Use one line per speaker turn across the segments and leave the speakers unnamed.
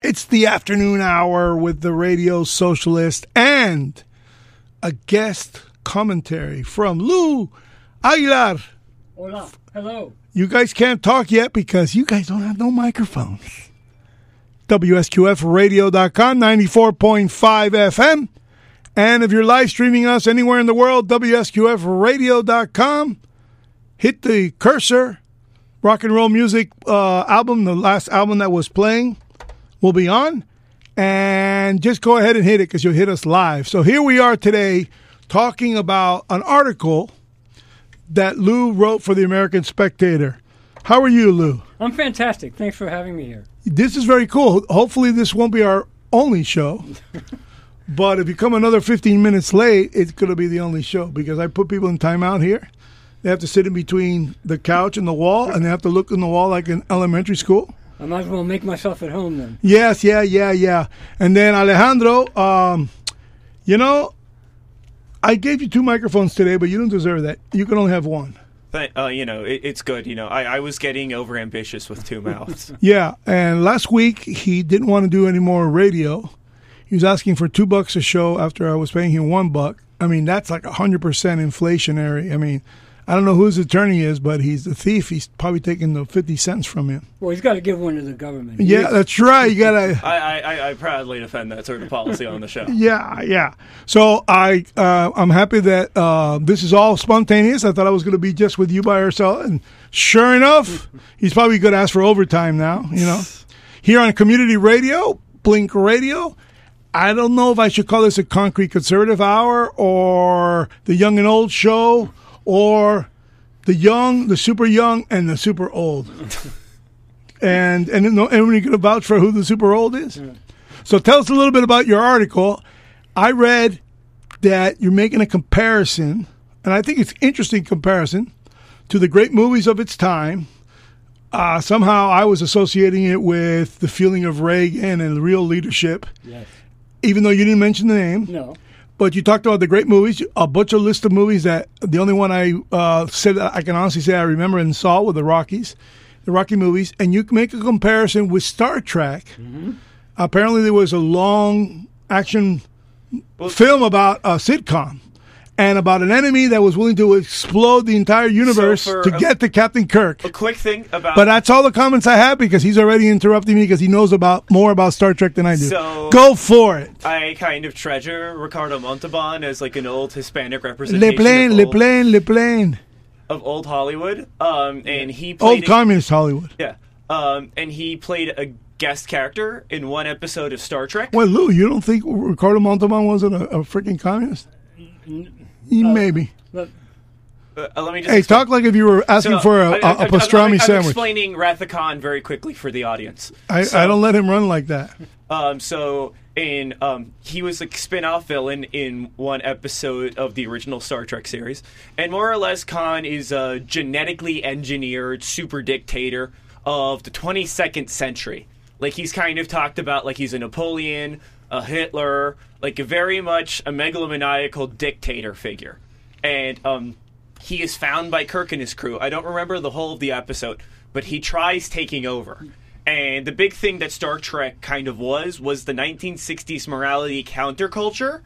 It's the afternoon hour with the radio socialist and a guest commentary from Lou Aguilar.
Hola. Hello.
You guys can't talk yet because you guys don't have no microphones. WSQFradio.com, 94.5 FM. And if you're live streaming us anywhere in the world, WSQFradio.com. Hit the cursor. Rock and roll music uh, album, the last album that was playing, will be on. And just go ahead and hit it because you'll hit us live. So here we are today talking about an article that Lou wrote for the American Spectator. How are you, Lou?
I'm fantastic. Thanks for having me here.
This is very cool. Hopefully, this won't be our only show. but if you come another 15 minutes late, it's going to be the only show because I put people in timeout here. They have to sit in between the couch and the wall, and they have to look in the wall like in elementary school.
I might as well make myself at home then.
Yes, yeah, yeah, yeah. And then Alejandro, um, you know, I gave you two microphones today, but you don't deserve that. You can only have one.
But, uh, you know, it, it's good. You know, I, I was getting overambitious with two mouths.
Yeah, and last week he didn't want to do any more radio. He was asking for two bucks a show after I was paying him one buck. I mean, that's like hundred percent inflationary. I mean, I don't know who his attorney is, but he's a thief. He's probably taking the fifty cents from him.
Well, he's got to give one to the government.
Yeah, that's right. You gotta.
I, I, I- I proudly defend that sort of policy on the show.
Yeah, yeah. So I uh, I'm happy that uh, this is all spontaneous. I thought I was going to be just with you by yourself, and sure enough, he's probably going to ask for overtime now. You know, here on Community Radio, Blink Radio. I don't know if I should call this a concrete conservative hour or the young and old show or the young, the super young, and the super old. and and no, anybody can vouch for who the super old is. So tell us a little bit about your article. I read that you're making a comparison, and I think it's interesting comparison to the great movies of its time. Uh, somehow I was associating it with the feeling of Reagan and real leadership,
Yes.
even though you didn't mention the name.
No.
But you talked about the great movies, a bunch of list of movies that the only one I uh, said that I can honestly say I remember and saw were the Rockies, the Rocky movies, and you can make a comparison with Star Trek.
Mm-hmm.
Apparently, there was a long action film about a sitcom and about an enemy that was willing to explode the entire universe
for
to
a-
get to Captain Kirk.
A quick thing about
But that's all the comments I have because he's already interrupting me because he knows about more about Star Trek than I do.
So-
Go for it.
I kind of treasure Ricardo Montalban as like an old Hispanic
Le
representation
plane,
of,
le
old,
plane, le plane.
of old Hollywood. Um, and he
Old
played
Oh,
a-
communist Hollywood.
yeah, um, and he played a guest character in one episode of Star Trek.
Well, Lou, you don't think Ricardo Montalban wasn't a, a freaking communist? He- Maybe.
Look,
Uh, let me just
Hey,
explain.
talk like if you were asking
So,
for a,
I-
a,
I- I-
a pastrami
I'm, I'm
sandwich.
explaining Wrath of Khan very quickly for the audience.
I, I don't let him run like that.
Um, so in um, he was a spin-off villain in one episode of the original Star Trek series, and more or less Khan is a genetically engineered super dictator of the 22nd century. Like he's kind of talked about, like he's a Napoleon, a Hitler, like a very much a megalomaniacal dictator figure, and um, he is found by Kirk and his crew. I don't remember the whole of the episode, but he tries taking over. And the big thing that Star Trek kind of was was the 1960s morality counterculture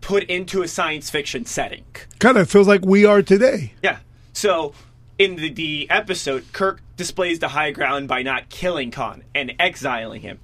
put into a science fiction setting.
Kind of feels like we are today.
Yeah. So in the, the episode, Kirk displays the high ground by not killing Khan and exiling him.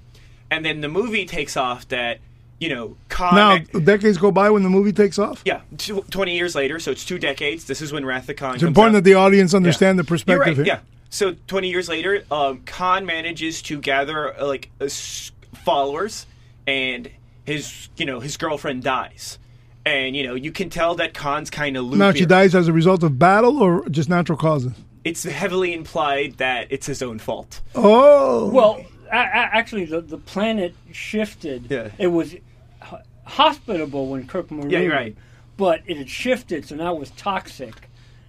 And then the movie takes off that, you know, Khan. e-
Now, decades go by when the movie takes off.
yeah, two, 20 years later, so it's two decades. This is when Wrath of Khan
It's important that the audience understand the
You're
perspective here.
right. Yeah. So 20 years later, um, Khan manages to gather uh, like uh, s- followers, and his you know his girlfriend dies, and you know you can tell that Khan's kind of loopy.
Now, she dies as a result of battle or just natural causes?
It's heavily implied that it's his own fault.
Oh.
well, a- a- actually, the, the planet shifted.
Yeah.
It was ho- hospitable when Kirk Marine.
Yeah, you're right.
But it had shifted, so now it was toxic.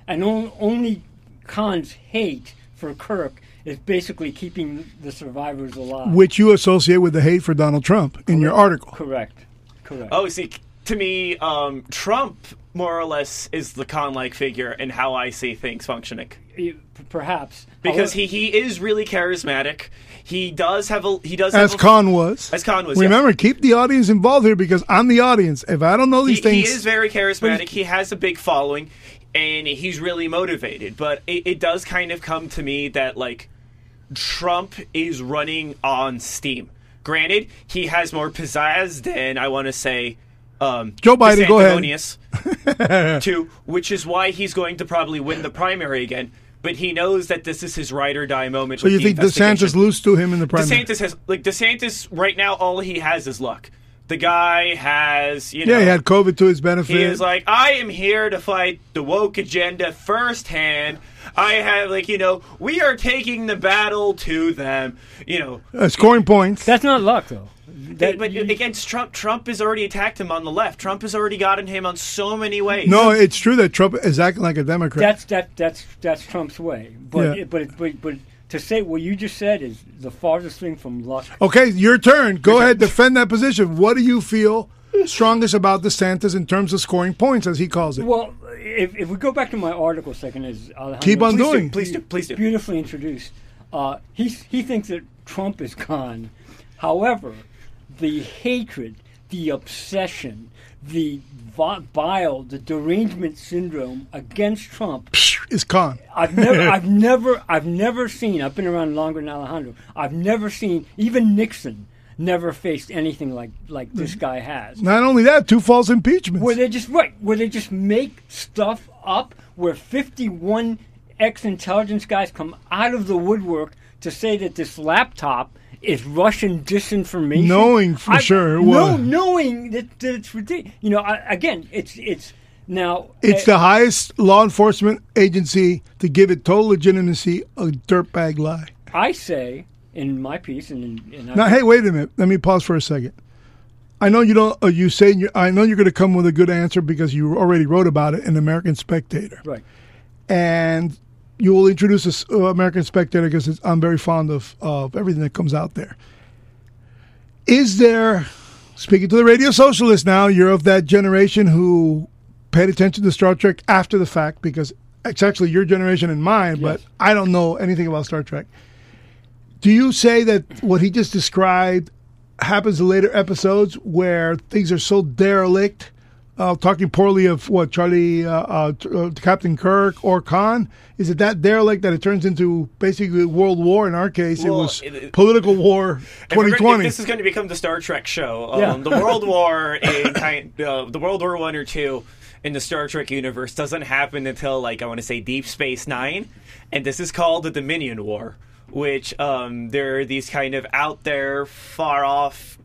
And on, only Khan's hate for Kirk is basically keeping the survivors alive.
Which you associate with the hate for Donald Trump in your article.
Correct. Correct.
Oh, see, to me, um, Trump more or less is the Khan-like figure in how I see things functioning.
Oh,
eh, p- perhaps
because
However-
he, he is really charismatic. He does have a he does
As
have a,
Khan was.
as Khan was. yes.
Remember, keep the audience involved here because I'm the audience. If I don't know
he,
these
he
things,
is very charismatic. He has a big following, and he's really motivated. But it, it does kind of come to me that like Trump is running on steam. Granted, he has more pizzazz than I want to say. Um,
Joe Biden, go ahead.
DeSantis, too, which is why he's going to probably win the primary again. But he knows that this is his ride or die moment.
so you think DeSantis lose to him in the primary?
DeSantis has like DeSantis right now. All he has is luck. The guy has you know
yeah, he had COVID to his benefit.
he is like, I am here to fight the woke agenda firsthand. I have, like, you know, we are taking the battle to them. You know,
uh, scoring points.
That's not luck, though. That,
but against Trump, Trump has already attacked him on the left. Trump has already gotten him on so many ways.
no, it's true that Trump is acting like a Democrat.
that's that that's that's Trump's way. But
Yeah.
it but, it, but but to say what you just said is the farthest thing from luck.
okay, your turn. Go ahead, defend that position. What do you feel strongest about DeSantis in terms of scoring points, as he calls it?
Well, if, if we go back to my article a second, is Alejandro
Keep on
please
doing.
Dude, please do, please do.
beautifully introduced. Uh, he he thinks that Trump is gone. However, the hatred, the obsession, the vi- bile, the derangement syndrome against Trump
is Khan.
I've never, I've never, I've never seen. I've been around longer than Alejandro. I've never seen even Nixon never faced anything like like
Mm-hmm.
this guy has.
Not only that, two false impeachments.
Where they just right, where they just make stuff up. Where fifty-one ex-intelligence guys come out of the woodwork to say that this laptop is Russian disinformation,
Knowing for sure it
no,
was.
knowing that, that it's ridiculous. You know, I, again, it's it's now
It's
eh,
the highest law enforcement agency to give it total legitimacy a dirtbag lie.
I say in my piece and in, in
Now, hey, wait a minute. Let me pause for a second. I know you don't. Uh, you say you, I know you're going to come with a good answer because you already wrote about it in American Spectator,
right.
and you will introduce us uh, American Spectator because it's, I'm very fond of of everything that comes out there. Is there, speaking to the radio socialist now, you're of that generation who paid attention to Star Trek after the fact because it's actually your generation and mine, but
Yes.
I don't know anything about Star Trek. Do you say that what he just described happens in later episodes where things are so derelict, uh, talking poorly of what Charlie, uh, uh, t- uh, Captain Kirk, or Khan? Is it that derelict that it turns into basically World War? In our case, it
Well,
was
it- it-
political war
If we're gonna-
2020.
If this is going to become the Star Trek show. Um,
Yeah.
The World War in kind, uh, the World War One or two in the Star Trek universe doesn't happen until like I want to say Deep Space Nine, and this is called the Dominion War, which um, there are these kind of out there, far off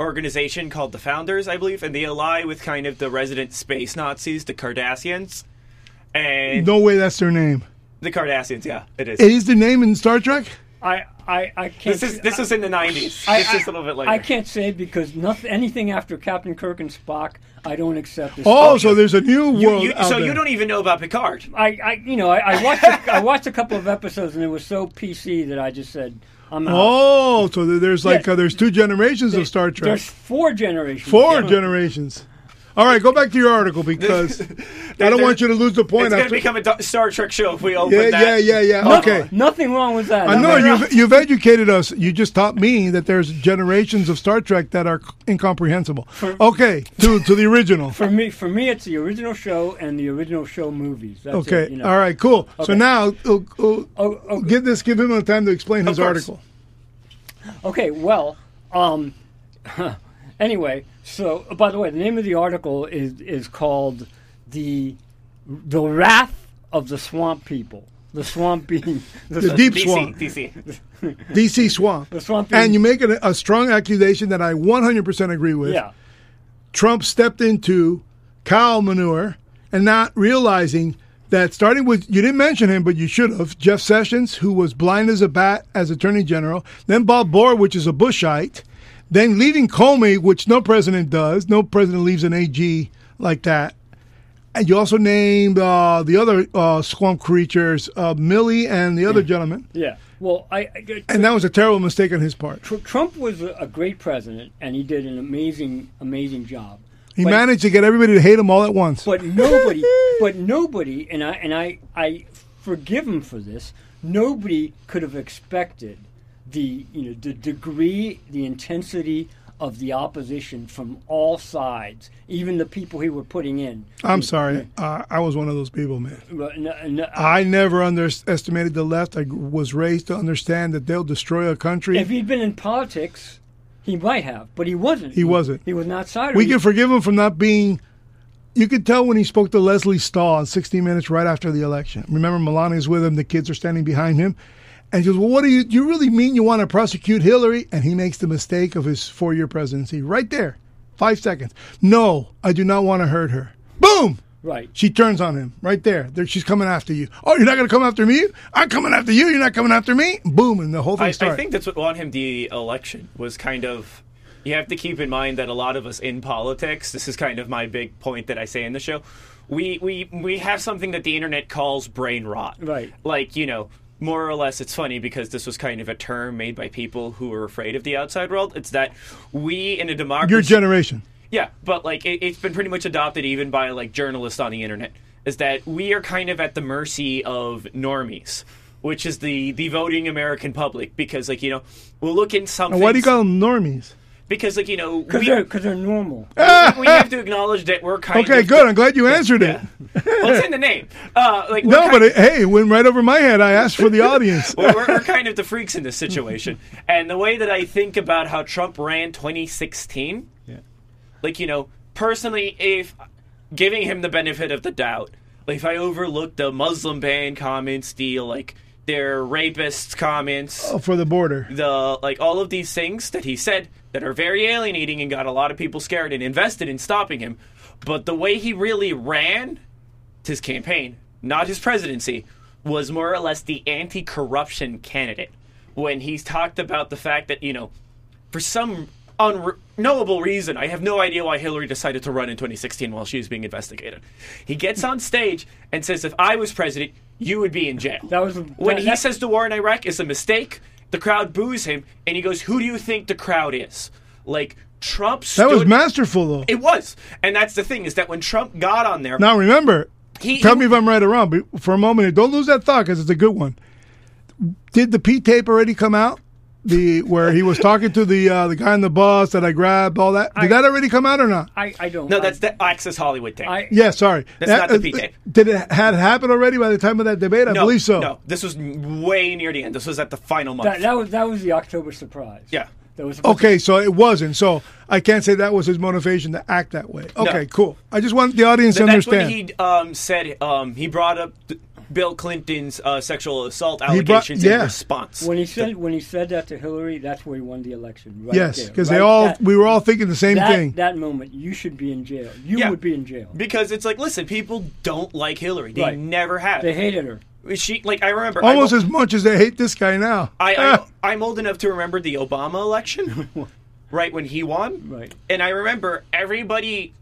organization called the Founders, I believe, and they ally with kind of the resident space Nazis, the Cardassians, and
no way, that's their name.
the Cardassians. Yeah, it is.
It is the name in Star Trek.
I, I, I can't.
this is this was in the nineties.
I,
This
I-
is a little bit later.
I can't say because nothing, anything after Captain Kirk and Spock, I don't accept. As
Oh,
Spock.
so there's a new
You-
world.
you-
out
so
there.
you don't even know about Picard.
I, I, you know, I, I watched, a, I watched a couple of episodes and it was so PC that I just said, I'm out.
Oh, so th- there's like
Yeah.
uh, there's two generations of Star Trek.
There's four generations.
Four
Yeah.
generations. All right, go back to your article because I don't
there-
want you to lose the point.
It's going to
after-
become a Do- Star Trek show if we open
yeah, yeah,
that.
yeah, yeah.
No-
Okay.
Nothing wrong with that.
I know
Nothing
you've, you've educated us. You just taught me that there's generations of Star Trek that are incomprehensible. Okay, to to the original.
For me, for me, it's the original show and the original show movies. That's
Okay,
It, you know.
all right, cool. So
Okay.
now, uh, uh,
Oh, oh,
give this, give him a time to explain his
course.
article.
Okay, well, um, anyway, so by the way, the name of the article is is called the the Wrath of the Swamp People. The swamp being the,
The deep
DC,
swamp,
DC.
DC swamp,
the swamp being,
and you make a, a strong accusation that I 100% agree with.
yeah.
Trump stepped into cow manure and not realizing that starting with you didn't mention him, but you should have Jeff Sessions, who was blind as a bat as Attorney General, then Bob Bohr, which is a Bushite, then leaving Comey, which no president does. No president leaves an AG like that. And you also named uh, the other uh, swamp creatures, uh, Millie and the other gentleman.
Yeah. Well, I, I
And that was a terrible mistake on his part.
Tr- Trump was a, a great president, and he did an amazing, amazing job.
He
But-
managed to get everybody to hate him all at once.
but nobody, but nobody, and I and I I forgive him for this. Nobody could have expected the you know the degree, the intensity of the opposition from all sides, even the people he were putting in.
I'm sorry. Uh, I, I was one of those people, man.
But no- no-
I never underestimated the left. I was raised to understand that they'll destroy a country.
If he'd been in politics, he might have, but he wasn't.
He wasn't.
He was an outsider.
we
He-
can forgive him for not being. You could tell when he spoke to Leslie Stahl on 60 Minutes right after the election. Remember, Melania's with him. The kids are standing behind him. And she goes, Well, what do you, do you really mean you want to prosecute Hillary? And he makes the mistake of his four year presidency right there. Five seconds. No, I do not want to hurt her. Boom!
right.
She turns on him right there. there she's coming after you. Oh, you're not going to come after me? I'm coming after you. You're not coming after me? Boom. And the whole thing
I,
starts.
I think that's what won him the election was kind of. You have to keep in mind that a lot of us in politics. This is kind of my big point that I say in the show. We we we have something that the internet calls brain rot.
Right.
Like you know. More or less, it's funny because this was kind of a term made by people who were afraid of the outside world. It's that we in a democracy.
Your generation.
Yeah, but like it, it's been pretty much adopted even by like journalists on the internet is that we are kind of at the mercy of normies, which is the the voting American public because like you know we'll look in something.
And why do you call them normies?
Because like you know we,
Because they're, 'cause they're normal.
we have to acknowledge that we're kind of
Okay, good. I'm glad you answered it.
Well, it's in the name. Uh, like we're
No,
kind-
but it, hey, it went right over my head. I asked for the audience.
we're, we're, we're kind of the freaks in this situation. And the way that I think about how Trump ran 2016, like, you know, personally, if giving him the benefit of the doubt, like, if I overlook the Muslim ban comments, the, like, their rapists comments,
Oh, for the border.
the, like, all of these things that he said that are very alienating and got a lot of people scared and invested in stopping him. But the way he really ran his campaign, not his presidency, was more or less the anti corruption candidate. When he's talked about the fact that, you know, for some unknowable reason, I have no idea why Hillary decided to run in 2016 while she was being investigated. He gets on stage and says, if I was president, you would be in jail.
That was-
when
that-
he
that-
says the war in Iraq is a mistake, the crowd boos him, and he goes, Who do you think the crowd is? Like, Trump stood.
That was masterful, though.
It was. And that's the thing, is that when Trump got on there.
Now remember,
He-
tell me if I'm right or wrong, but for a moment, don't lose that thought because it's a good one. Did the P tape already come out? The where he was talking to the uh, the guy in the bus that I grabbed, all that. Did that already come out or not?
I, I don't.
No,
I-
that's the Access Hollywood thing.
I,
yeah, sorry. Uh,
That's not the P tape.
Did it had it happened already by the time of that debate? I
no,
believe so.
No, this was way near the end. This was at the final month.
that, that was that was the October surprise.
Yeah.
That was supposed
Okay, so it wasn't. So I can't say that was his motivation to act that way. Okay, cool. I just want the audience to
And that's
understand.
when he um, said um, he brought up th- Bill Clinton's uh, sexual assault
He brought-
allegations
yeah.
in response.
When he said when he said that to Hillary, that's where he won the election. Right
yes,
there,
because
right?
they all
That-
we were all thinking the same
that,
thing.
that moment, you should be in jail. You
Yeah.
would be in jail.
because it's like, listen, people don't like Hillary. They
Right.
never have.
They hated her.
she like I remember I'm
Almost
o-
as much as they hate this guy now.
I,
Ah.
I I'm old enough to remember the Obama election, right when he won.
Right.
And I remember everybody.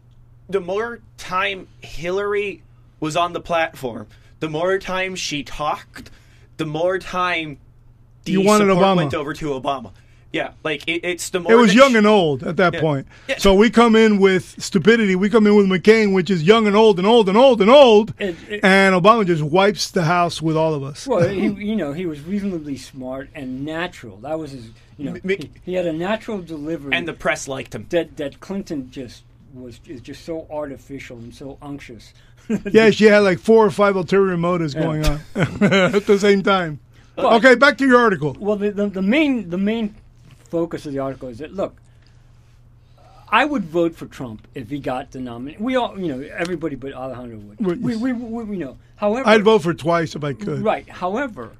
The more time Hillary was on the platform, the more time she talked, the more time the
You wanted
support
Obama.
went over to Obama. Yeah, like it, it's the more
It was
that
young
she-
and old at that
Yeah.
point.
Yeah.
So we come in with stupidity. We come in with McCain, which is young and old and old and old and old.
It- it-
and Obama just wipes the house with all of us.
Well, he, you know, he was reasonably smart and natural. That was his, you know,
Mick-
he, he had a natural delivery
and the press liked him.
that that Clinton just was is just so artificial and so unctuous.
yeah, she had like four or five ulterior motives going on at the same time. okay, back to your article.
well, the, the, the main the main focus of the article is that look, I would vote for Trump if he got the nomination. We all, you know, everybody but Alejandro would.
Right,
We,
yes.
we, we, we know. However,
I'd vote for twice if I could.
Right. However,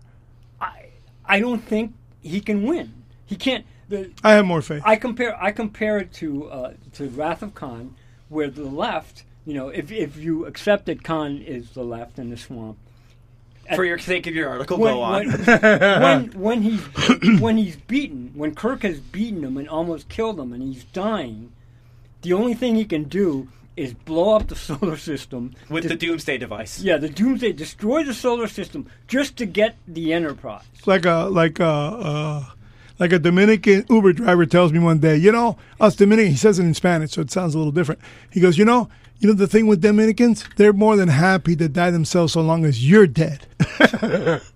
I I don't think he can win. He can't. The,
I have more faith.
I compare I compare it to uh, to Wrath of Khan, where the left, you know, if if you accept that Khan is the left in the swamp,
For your sake of your article,
when,
go on.
When, when when he's when he's beaten, when Kirk has beaten him and almost killed him, and he's dying, the only thing he can do is blow up the solar system
with
de-
the doomsday device.
yeah, the doomsday destroy the solar system just to get the Enterprise.
like a like a uh, like a Dominican Uber driver tells me one day, you know, us Dominican. He says it in Spanish, so it sounds a little different. He goes, you know, you know the thing with Dominicans, they're more than happy to die themselves so long as you're dead.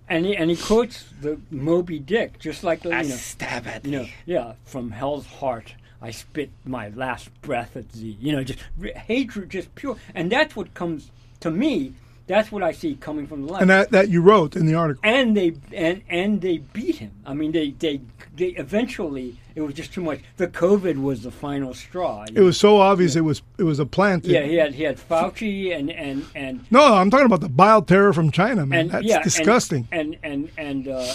and he and he quotes the Moby Dick just like the, you
I
know,
Ah, stab at
you know,
thee.
yeah, from hell's heart. I spit my last breath at thee. You know, just re- hatred, just pure, and that's what comes to me. That's what I see coming from the left.
and that, that you wrote in the article.
and they and and they beat him. I mean, they they they eventually it was just too much. The COVID was the final straw.
It was so obvious it was it was a plant.
yeah. He had he had Fauci and and and
No, I'm talking about the bile terror from China, man.
and
That's
yeah, and-
disgusting.
And and and, uh,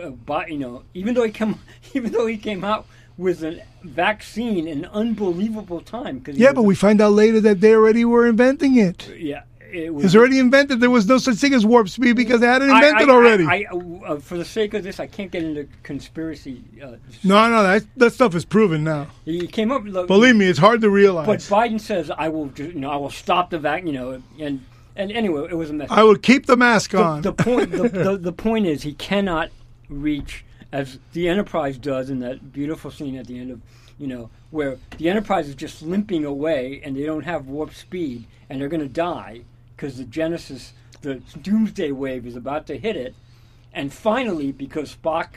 uh, but, you know, even though he came even though he came out with a vaccine in unbelievable time. Cause he
yeah,
was-
but we find out later that they already were inventing it.
yeah. It
It's
was,
already invented. There was no such thing as warp speed because they had it
I-
invented
I-
already.
I, I- uh, for the sake of this, I can't get into conspiracy. Uh,
no, no, that that stuff is proven now.
he came up. Look,
Believe me, it's hard to
But
realize.
Biden says, "I will, ju- you know, I will stop the vac, you know." And and anyway, it was a mess.
I would keep the mask
the,
on.
the point, the, the, the point is, he cannot reach as the Enterprise does in that beautiful scene at the end of, you know, where the Enterprise is just limping away and they don't have warp speed and they're going to die because the Genesis, the Doomsday wave is about to hit it, and finally, because Spock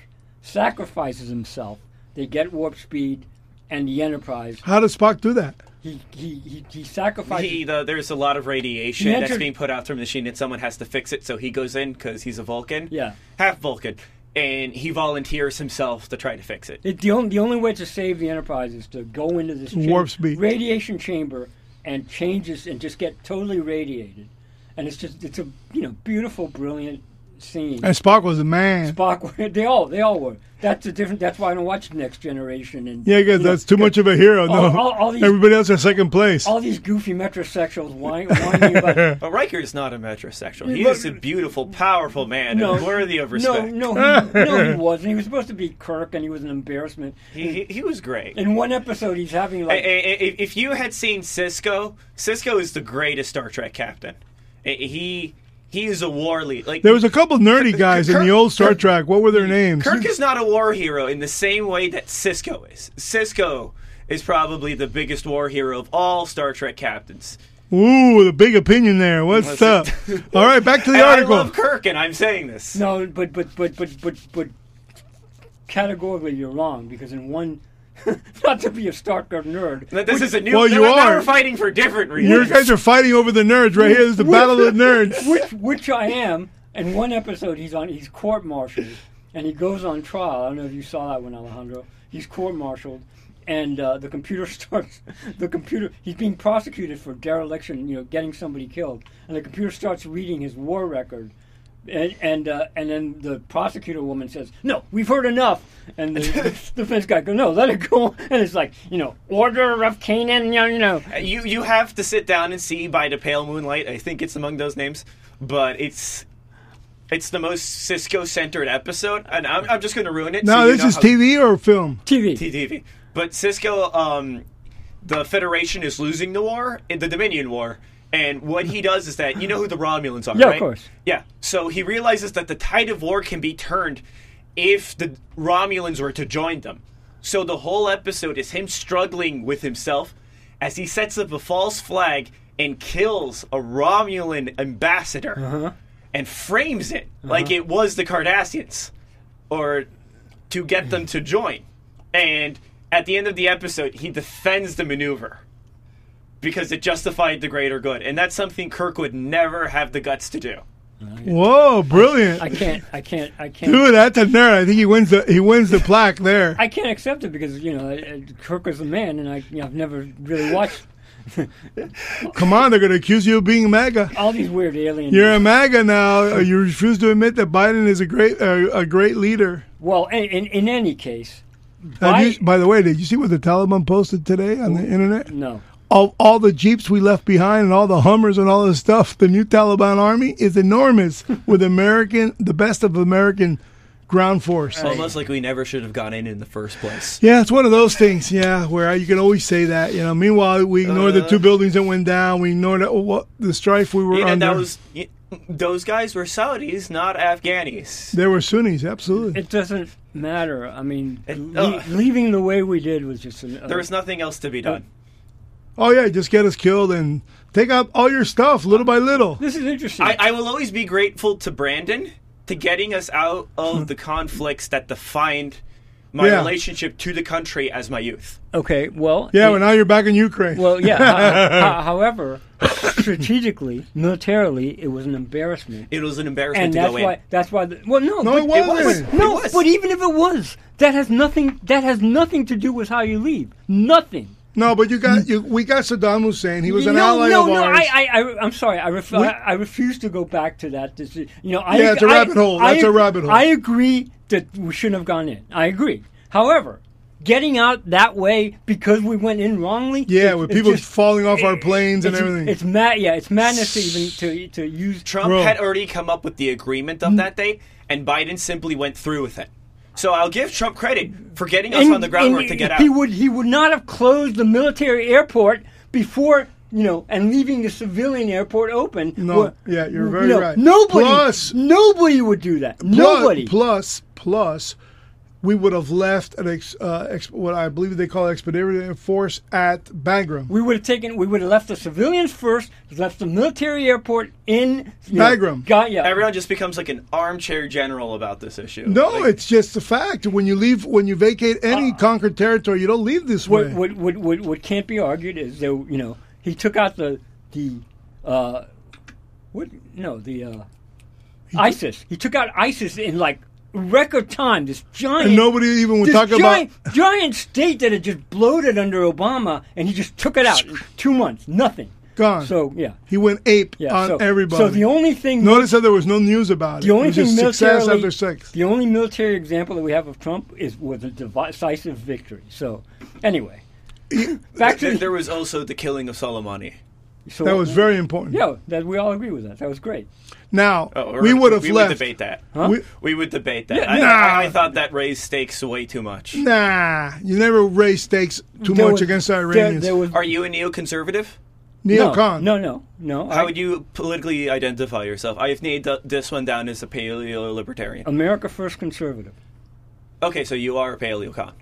sacrifices himself, they get warp speed. And the Enterprise
How does Spock do that?
he he he, he sacrificed.
He, the, there's a lot of radiation
He
that's
entered-
being put out through the machine, and someone has to fix it. So he goes in because he's a Vulcan,
Yeah.
half Vulcan, and he volunteers himself to try to fix it.
it, the only the only way to save the Enterprise is to go into this cham-
Warp speed.
radiation chamber and change this and just get totally radiated, and it's just it's a you know beautiful brilliant scene.
And Spock was a man.
Spock, they all they all were. That's a different. That's why I don't watch the Next Generation and
Yeah, because
you know,
that's too much of a hero. No,
all- all- all these-
everybody else in second place.
all these goofy metrosexuals whining, whining about.
But Riker's not a metrosexual. He
Look-
is a beautiful, powerful man,
No,
and worthy of respect.
No, no, he, no, he wasn't. He was supposed to be Kirk, and he was an embarrassment.
He, he, he was great.
In one episode, he's having
I- I-
like
I- if you had seen Cisco, Cisco is the greatest Star Trek captain. I- He he is a war leader. Like
There was a couple nerdy guys in
Kirk-
the old Star Trek. What were their names?
Kirk is not a war hero in the same way that Cisco is. Cisco is probably the biggest war hero of all Star Trek captains.
Ooh, the big opinion there. What's
Listen.
up? All right, back to the
And
article.
I love Kirk, and I'm saying this.
No, but but but but but but categorically you're wrong because in one, not to be a Star Trek nerd,
That this is a new.
Well, you
now
are.
We're fighting for different
You
reasons.
guys are fighting over the nerds right here. This is the battle of the nerds.
which which I am. In one episode, he's on he's court martialed and he goes on trial. I don't know if you saw that one, Alejandro. He's court martialed. And uh, the computer starts. The computer. He's being prosecuted for dereliction. You know, getting somebody killed. And the computer starts reading his war record, and and uh, and then the prosecutor woman says, "No, we've heard enough." And the the defense guy goes, "No, let it go." And it's like, you know, order of Canaan. You know, you know.
You you have to sit down and see by the pale moonlight. I think it's among those names, but it's it's the most Cisco centered episode, and I'm, I'm just going to ruin it.
Now,
so you
this
know
is
how-
TV or film?
TV.
TV. But Cisco, um, the Federation is losing the war, in the Dominion War. And what he does is that you know who the Romulans are,
Yeah, of
right?
course.
Yeah. So he realizes that the tide of war can be turned if the Romulans were to join them. So the whole episode is him struggling with himself as he sets up a false flag and kills a Romulan ambassador
Uh-huh.
and frames it like it was the Cardassians or to get them to join. And at the end of the episode, he defends the maneuver because it justified the greater good. And that's something Kirk would never have the guts to do.
Whoa, brilliant.
I can't. I can't. I can't.
Dude, that's a nerd. I think he wins the he wins the plaque there.
I can't accept it because you know I- I- Kirk was a man, and I you know, I've never really watched
Come on, they're gonna accuse you of being MAGA.
all these weird aliens.
You're a MAGA now. Uh, You refuse to admit that Biden is a great uh, a great leader.
Well, in, in in any case,
Have
Bi-
you- by the way, did you see what the Taliban posted today on the internet?
no.
All, all the jeeps we left behind and all the Hummers and all this stuff. The new Taliban army is enormous with American, the best of American ground force.
Almost like we never should have gone in in the first place.
Yeah, it's one of those things. Yeah, where you can always say that. You know. Meanwhile, we ignore the
Uh.
two buildings that went down. We ignore the, what, the strife we were
You know,
under.
that was, y- those guys were Saudis, not Afghanis.
There were Sunnis, absolutely.
It doesn't matter. I mean,
It- uh,
le-
ugh.
leaving the way we did was just an. uh,
There was nothing else to be done.
oh yeah, just get us killed and take up all your stuff little by little.
This is interesting.
I, I will always be grateful to Brandon to getting us out of the conflicts that defined my
Yeah.
relationship to the country as my youth.
okay, well.
Yeah,
it-
well now you're back in Ukraine.
Well, yeah. ho- ho- ho- however, strategically, militarily, it was an embarrassment.
It was an embarrassment
and
to
that's
go in.
why. That's why. The, well, no,
No,
but,
it wasn't.
but- no,
It was.
but even if it was, that has nothing. That has nothing to do with how you leave. Nothing.
no, but you got you, we got Saddam Hussein. He was an
no,
ally
no,
of
no.
ours.
I, I, I, I'm sorry. I, ref- I, I refuse to go back to that. This, is- you know, I,
Yeah, it's a
I-
rabbit hole.
I
That's a
ag-
rabbit hole.
I agree that we shouldn't have gone in. I agree. However, getting out that way because we went in wrongly.
yeah,
it-
with
it's
people
just-
falling off our planes and
it's,
everything.
It's mad. Yeah, it's madness to even to to use
Trump
Bro.
had already come up with the agreement
Mm.
of that date, and Biden simply went through with it. So I'll give Trump credit for getting us
And-
on the groundwork
and
to get out.
He would he would not have closed the military airport before you know and leaving the civilian airport open.
No,
Well,
yeah, you're very
no,
right.
Nobody,
Plus-
nobody would do that.
Plus-
nobody.
Plus, plus, we would have left an ex, uh, ex, what I believe they call expeditionary force at Bagram.
we would have taken. We would have left the civilians first. Left the military airport in you know,
Bagram.
Got yeah.
Everyone just becomes like an armchair general about this issue.
no,
Like,
it's just a fact. When you leave, when you vacate any conquered territory, you don't leave this
Uh, what,
way.
what, what, what, what can't be argued is there. You know, he took out the the uh, what? No, the uh, ISIS. He took out ISIS in like record time. This giant.
and nobody even would
this
talk about.
giant, giant state that had just bloated under Obama, and he just took it out. in Two months, nothing.
Gone.
So yeah,
He went ape
yeah.
on
so,
everybody.
So the only thing
Notice that there was no news about it.
the only
it was
thing
just success
militarily-
after sex.
The only military example that we have of Trump is was a decisive victory. So, anyway, back to
There,
the,
there was also the killing of Soleimani.
so-
That was very important.
Yeah, that we all agree with that. That was great.
Now
Oh,
we would have
we
left.
Would debate that.
We-
We would debate that.
Yeah,
I,
no.
I, I thought that raised stakes way too much.
nah, you never raise stakes too
There
much
was-
against the
there-
Iranians.
there was-
Are you a neoconservative?
Neil
no,
Khan.
No, no, no.
How
I-
would you politically identify yourself? I've named th- this one down as a paleo libertarian.
America First conservative.
Okay, so you are a paleocon.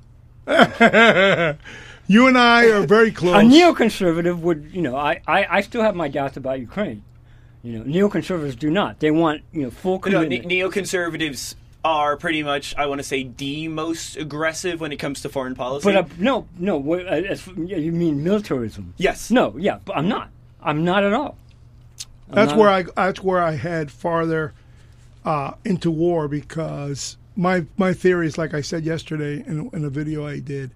You and I are very close.
A neoconservative would, you know, I, I, I still have my doubts about Ukraine. You know, neoconservatives do not. They want, you know, full
No,
commitment.
ne- neoconservatives are pretty much, I want to say, the most aggressive when it comes to foreign policy.
but uh, no, no. what- uh, As, you mean militarism?
yes,
No, yeah, but I'm not. I'm not at all.
That's
not-
where I that's where I head farther uh, into war because my my theory is like I said yesterday in, in a video I did.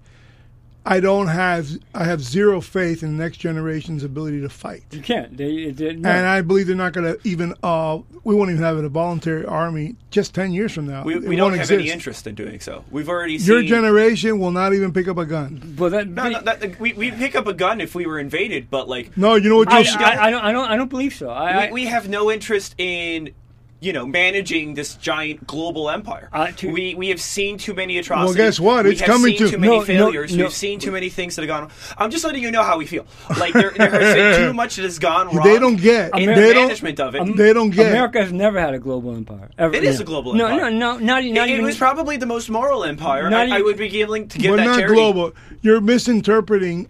I don't have I have zero faith in the next generation's ability to fight,
You can't. They, they, no.
and I believe they're not going to even. Uh, we won't even have a voluntary army just ten years from now.
we,
It
we don't
won't
have
exist.
any interest in doing so. We've already
Your
seen.
generation will not even pick up a gun.
but that,
no, no, that, we we pick up a gun if we were invaded, but like
No, you know what?
I,
you
I, I don't. I don't. I don't believe so. I,
we, we have no interest in. You know, managing this giant global empire.
Uh, to-
we we have seen too many atrocities.
guess what?
We
It's
have
coming
seen
to-
too many
No, no,
failures.
no.
We've seen too many things that have gone. I'm just letting you know how we feel. Like there, there has been too much that has gone wrong.
they don't get.
in
Ameri-
they
the
don't.
management of it.
They don't get.
America has never had a global empire. Ever.
It is
No.
a global
no,
empire.
No, no, not, not
it, it
even.
was probably the most moral empire.
Not
I, I
even-
would be willing to give
We're
that
not
charity.
global. You're misinterpreting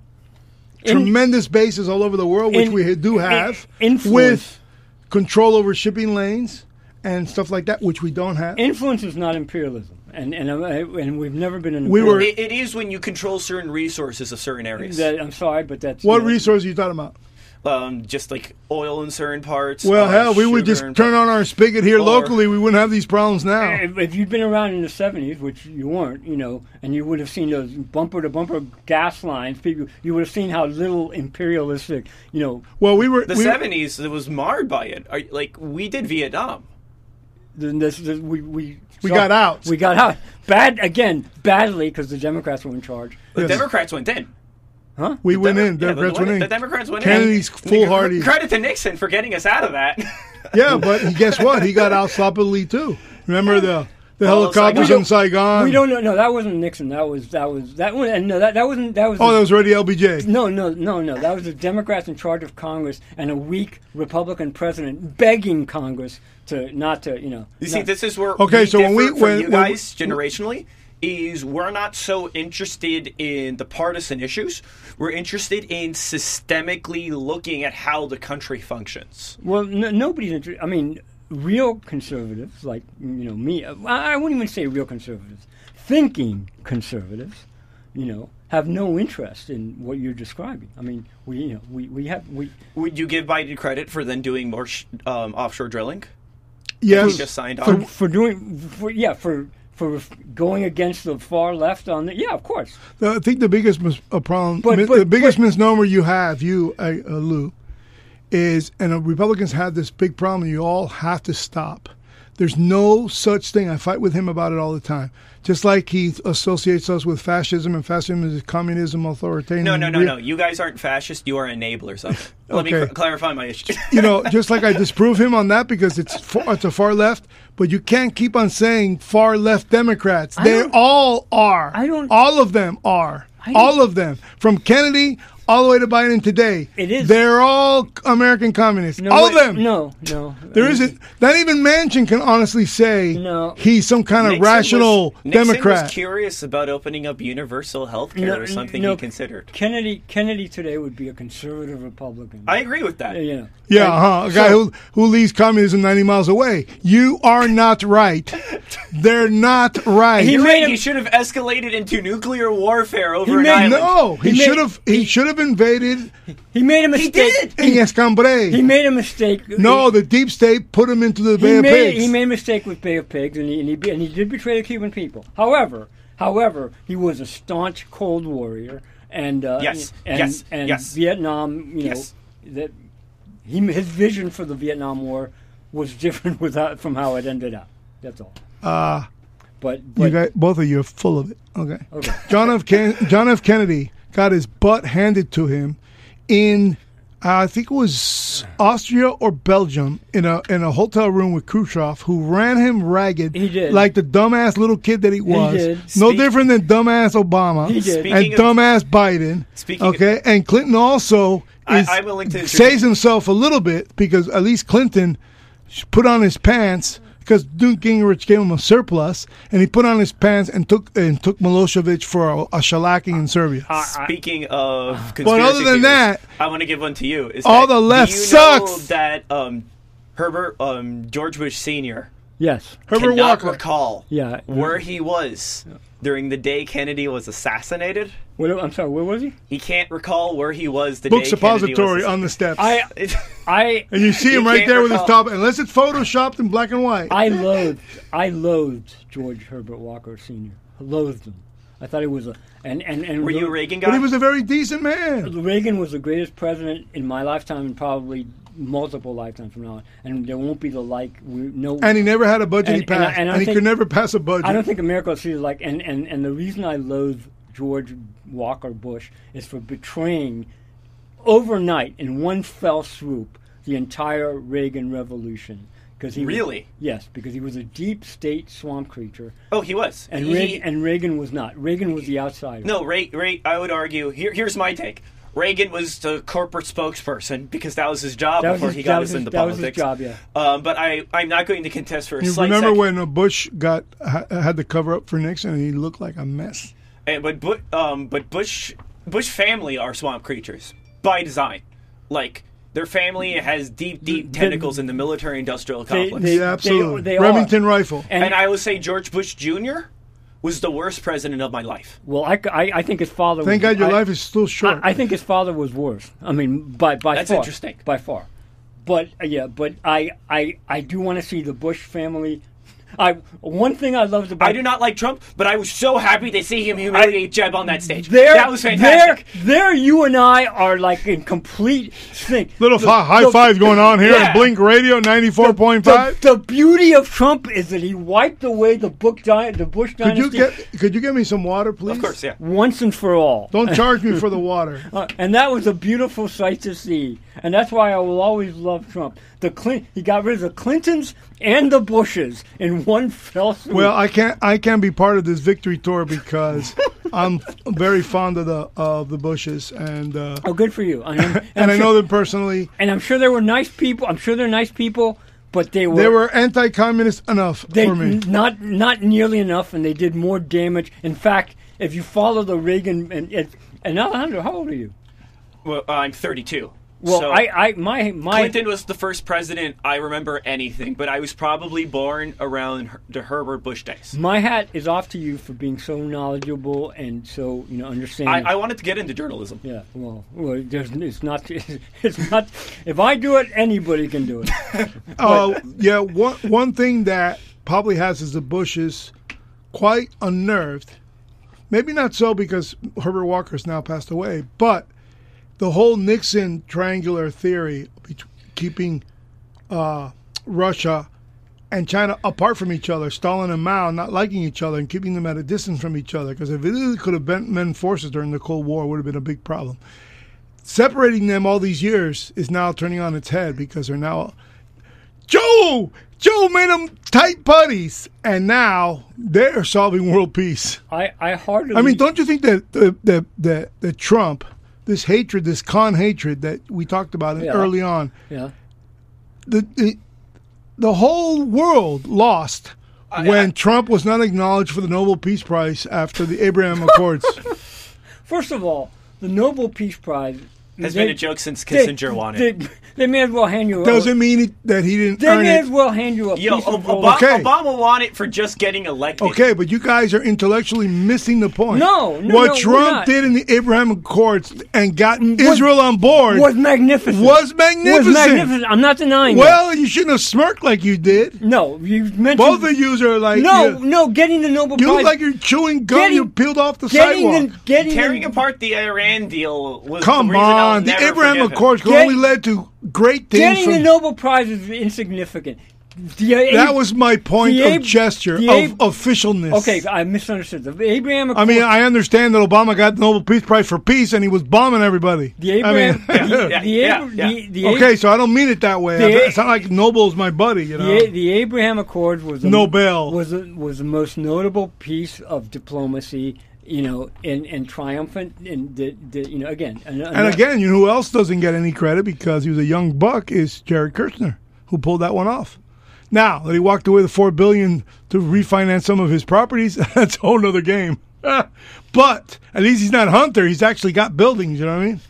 tremendous bases all over the world, which
in-
we do have,
in- influence.
with control over shipping lanes and stuff like that, which we don't have.
influence is not imperialism, and and uh, and we've never been an.
We were-
It, it is when you control certain resources of certain areas,
That, I'm sorry, but that's
what
you know,
resource are you talking about?
um, just like oil in certain parts.
Well,
uh,
hell, we would
sugar
just
in
turn on
parts.
our spigot here
Or-
locally. We wouldn't have these problems now.
If, if you'd been around in the '70s, which you weren't, you know, and you would have seen those bumper-to-bumper gas lines, people, you would have seen how little imperialistic, you know,
Well, we were.
the
we-
seventies. It was marred by it. Are- like we did Vietnam.
the, this, this, we we
We got out.
We got out bad again, badly because the Democrats were in charge.
The
Yes.
Democrats went in.
we went
Demo-
in.
yeah, the-
Democrats
the,
went in.
The Democrats went
Kennedy's
in.
foolhardy.
Credit to Nixon for getting us out of that.
yeah, but guess what? He got out sloppily too. Remember the the
Well,
helicopters
Saigon-
in Saigon?
We don't know. No, that wasn't Nixon. That was that was that one. And no, that that wasn't that was.
oh, that was already LBJ.
No, no, no, no. That was the Democrats in charge of Congress and a weak Republican president begging Congress to not to, you know.
You see,
not-
this is where
Okay,
we
so when
differ
we-
from
when-
you
when we-
guys generationally is we're not so interested in the partisan issues. We're interested in systemically looking at how the country functions.
Well, n- nobody's interested. I mean, real conservatives, like you know me, uh, I, I wouldn't even say real conservatives. Thinking conservatives, you know, have no interest in what you're describing. I mean, we you know we, we have we
Would you give Biden credit for then doing more sh- um, offshore drilling?
Yes.
He just signed
for,
on.
for doing for yeah for for going against the far left on the yeah of course
Uh, I think the biggest mis- uh, problem,
But-
mi-
but-
the biggest
but-
misnomer you have, you, uh, uh, Lou, is, and uh, Republicans have this big problem. You all have to stop. There's no such thing. I fight with him about it all the time. Just like he associates us with fascism, and fascism is communism, authoritarian.
No, no, no, no. You guys aren't fascist. You are enablers of it. Let me
Okay.
cl- clarify my issue.
You know, just like I disprove him on that because it's far, it's a far left. But you can't keep on saying far left Democrats. They
don't-
all are.
I don't-
All of them are.
I don't-
All of them, from Kennedy all the way to Biden today.
It is-
They're all American communists. all of
wait,
them.
no no
There isn't. Not even Manchin can honestly say
No.
he's some kind of
Nixon
rational
was, Nixon
Democrat.
was curious about opening up universal health care
No,
or something
no.
he considered.
Kennedy Kennedy today would be a conservative Republican
I agree with that.
you know
yeah, huh? A guy
so-
who who leaves communism ninety miles away. You are not right. They're not right.
He
You're
made
right,
him-
he should have escalated into nuclear warfare over an
made-
island.
No, he,
He made-
should have. He should have invaded
he made a mistake
did!
in Escambray.
He made a mistake
no, the deep state put him into the Bay
he
of
made,
Pigs.
he made a mistake with Bay of Pigs, and he, and, he, be- and he did betray the Cuban people. However, however, he was a staunch Cold Warrior, and uh,
Yes,
and,
yes,
and
yes.
Vietnam, you know,
Yes.
that he, his vision for the Vietnam War was different without, from how it ended up. That's all.
Ah,
But,
you
but
guys, both of you are full of it. Okay.
okay.
John F. Ken- John F. Kennedy got his butt handed to him in, uh, I think it was Austria or Belgium, in a in a hotel room with Khrushchev, who ran him ragged.
He did.
like the dumbass little kid that he was.
did.
No
Speak-
different than dumbass Obama
He did.
and
Speaking of-
dumbass Biden.
Speaking of-
okay, and Clinton also
I-
is,
I'm willing to introduce-
saves himself a little bit because at least Clinton sh- put on his pants because Duke Gingrich gave him a surplus, and he put on his pants and took and took Milosevic for a, a shellacking in Serbia.
Uh,
Speaking of conspiracy
But other than
theories,
that-
I want to give one to you. Is
All
that-
the
do
left
you Know
sucks.
that um, Herbert um, George Bush Senior
yes.
Herbert
cannot
Walker.
recall
Yeah.
where he was during the day Kennedy was assassinated.
Well, I'm sorry. Where was he?
He can't recall where he was the
Book
day
suppository on
Kennedy
the steps.
I,
was
I,
and you see him
You
right
can't
there with his
recall.
top, unless it's photoshopped in black and white.
I loathed, I loathed George Herbert Walker Sr. I loathed him. I thought he was a and and and
Were you a
the-
Reagan guy?
but he was a very decent man.
Reagan was the greatest president in my lifetime and probably multiple lifetimes from now on. And there won't be the like. We, no,
And he never had a budget he
And- and I-
passed, and,
and I
he
think-
could never pass a budget.
I don't think America will see the like. And, and, and the reason I loathe George Walker Bush is for betraying overnight in one fell swoop the entire Reagan revolution. Because he was-
Really?
yes, because he was a deep state swamp creature,
oh, he was.
and
he,
Reagan, and Reagan was not. Reagan was the outsider.
No, Ray, Ray, I would argue. Here, here's my take. Reagan was the corporate spokesperson because that was his job
That was
before
his-
he
that
got
was
us
his-
into
that was his
politics.
job, yeah.
Um, but I, I'm not going to contest for a
You
slight
remember
second.
when uh, Bush got ha- had the cover up for Nixon, and he looked like a mess.
And, but Bu- um, but Bush Bush family are swamp creatures by design. Like their family has deep, deep tentacles in the military-industrial complex.
They-
yeah, absolutely.
they- they
Remington
are.
rifle.
And-
and I would say George Bush Jr. was the worst president of my life.
Well, I, c- I- I think his father.
Thank
was,
God your
I-
life is still short.
I, I think his father was worse. I mean, by by
That's
far.
interesting.
By far, but uh, yeah, but I I I do want to see the Bush family. I one thing I loved about
I do not like Trump, but I was so happy to see him humiliate Jeb on that stage.
There,
that was fantastic.
There, there, you and I are like in complete sync.
Little
The-
fi- high
the-
five going on here
Yeah.
at Blink Radio ninety four point
The,
five.
the beauty of Trump is that he wiped away the book di- the Bush
Could you
dynasty
get Could you get me some water, please?
Of course, yeah.
once and for all.
Don't charge me for the water.
Uh, and that was a beautiful sight to see. And that's why I will always love Trump. The Clin- he got rid of the Clintons and the Bushes in one fell swoop.
Well, I can't. I can't be part of this victory tour because I'm f- very fond of the of the Bushes, and uh,
oh, good for you. And, I'm-
and
I'm
I
sure-
know them personally.
and I'm sure there were nice people. I'm sure they're nice people. but they were
They were anti-communist enough
they-
for me.
not not nearly enough, and they did more damage. In fact, if you follow the Reagan and and, and Alejandro, how old are you?
Well, uh, I'm 32.
Well,
so
I, I my my
Clinton was the first president I remember anything, but I was probably born around Her- the Herbert Bush days.
my hat is off to you for being so knowledgeable and so you know
I,
understanding.
I wanted to get into journalism.
yeah, well, well, there's, it's not. It's not. If I do it, anybody can do it.
Uh, yeah, one one thing that probably has is the Bushes quite unnerved. Maybe not so because Herbert Walker's now passed away, but the whole Nixon triangular theory, bet- keeping uh, Russia and China apart from each other, Stalin and Mao not liking each other and keeping them at a distance from each other, because if it could have been men forces during the Cold War, it would have been a big problem. Separating them all these years is now turning on its head because they're now Joe, Joe made them tight buddies, and now they're solving world peace.
I I hardly.
I mean, don't you think that the the the, the Trump, this hatred, this con hatred that we talked about
Yeah.
early on,
yeah.
the, the the whole world lost when Trump was not acknowledged for the Nobel Peace Prize after the Abraham Accords.
First of all, the Nobel Peace Prize
Has
they-
been a joke since
they,
Kissinger won it.
They, they may as well hand you.
Doesn't mean it, that he didn't
They
earn
may as
it.
well hand you a
Yo,
piece
Ob-
of gold.
Obama,
Okay.
Obama won it for just getting elected.
Okay, but you guys are intellectually missing the point.
No, no,
what
no, we're
Trump
not.
did in the Abraham Accords and got Israel on board
was magnificent.
was magnificent.
Was magnificent. I'm not denying. that.
Well, you shouldn't have smirked like you did.
no, you mentioned
Both of you are like
No,
You,
no, getting the Nobel
you
Prize.
look like you're chewing gum.
Getting-
you peeled off the
getting
sidewalk.
the getting
Tearing
the,
apart the Iran deal was the
Come
reason I'll
on, the
never
Abraham
forgive him.
Accords
Get-
only led to great things.
Getting
from-
the Nobel Prize is insignificant. The,
that was my point
the
of
Ab-
gesture
the
of
Ab-
officialness.
okay. I misunderstood. The Abraham.
I mean, I understand that Obama got the Nobel Peace Prize for peace, and he was bombing everybody.
the Abraham.
I mean,
the,
yeah,
the,
yeah,
Abra-
yeah.
the, the,
okay, so I don't mean it that way.
The-
it's not like Nobel's my buddy, you know.
The, the Abraham Accords was the-
Nobel.
was the, was the most notable piece of diplomacy, you know, and, and triumphant, and the, the, you know again and,
and again, you know who else doesn't get any credit because he was a young buck is Jared Kushner, who pulled that one off. Now that he walked away with four billion to refinance some of his properties, that's a whole nother game. but at least he's not Hunter. He's actually got buildings. You know what I mean?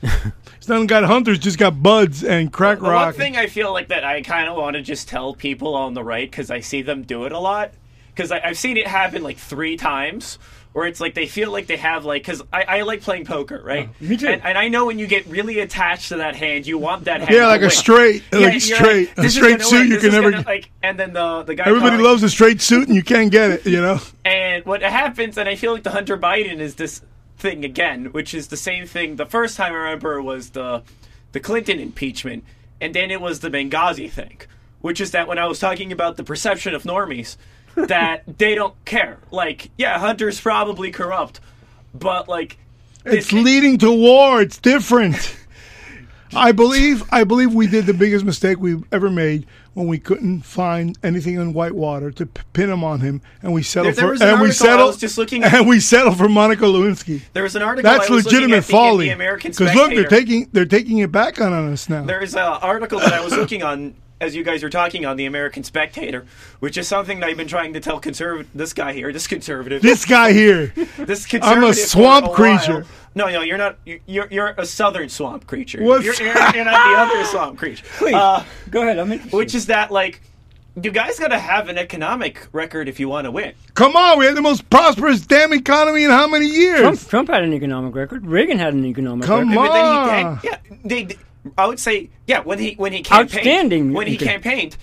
he's not got Hunter's, just got buds and crack
The one
rock.
thing I feel like that I kind of want to just tell people on the right because I see them do it a lot because I've seen it happen like three times where it's like they feel like they have like because I, I like playing poker right
Oh, me too.
and, and I know when you get really attached to that hand you want that hand
yeah,
to
like a
win.
straight,
Yeah,
like
you're
straight, a
this is
straight
gonna
suit.
win,
You
this
can
is
never.
gonna, like and then the the guy
everybody
calling-
loves a straight suit, and you can't get it. You know.
and what happens, and I feel like the Hunter Biden is this thing again, which is the same thing. The first time I remember was the the Clinton impeachment, and then it was the Benghazi thing, which is that when I was talking about the perception of normies, that they don't care. Like, yeah, Hunter's probably corrupt, but like,
It's leading to war. It's different. I believe I believe we did the biggest mistake we've ever made when we couldn't find anything in Whitewater to p- pin him on him, and we settled
There- there
for
was an
and we
article I
settled
was just looking at-
and we settled for Monica Lewinsky.
there was an article.
That's
I was looking
legitimate
at the-
folly.
The, American
look, they're
Spectator.
taking they're taking it back on us now.
There is an article that I was looking on as you guys were talking on the American Spectator, which is something that I've been trying to tell conservative this guy here, this conservative,
this guy here.
this
I'm
conservative.
a
for
swamp
a while-
creature.
No, no, you're not. you- You're you're a southern swamp creature.
What's-
You're, you're, you're not the other swamp creature.
please
Uh,
go ahead. I'm interested.
which is that like. You guys gotta have an economic record if you want to win.
Come on, we had the most prosperous damn economy in how many years?
Trump, Trump had an economic record. Reagan had an economic
Come
record.
on.
But
Ah.
then he, and, yeah, they, they- I would say, yeah, when he when he campaigned,
Outstanding
when he
econ-
campaigned,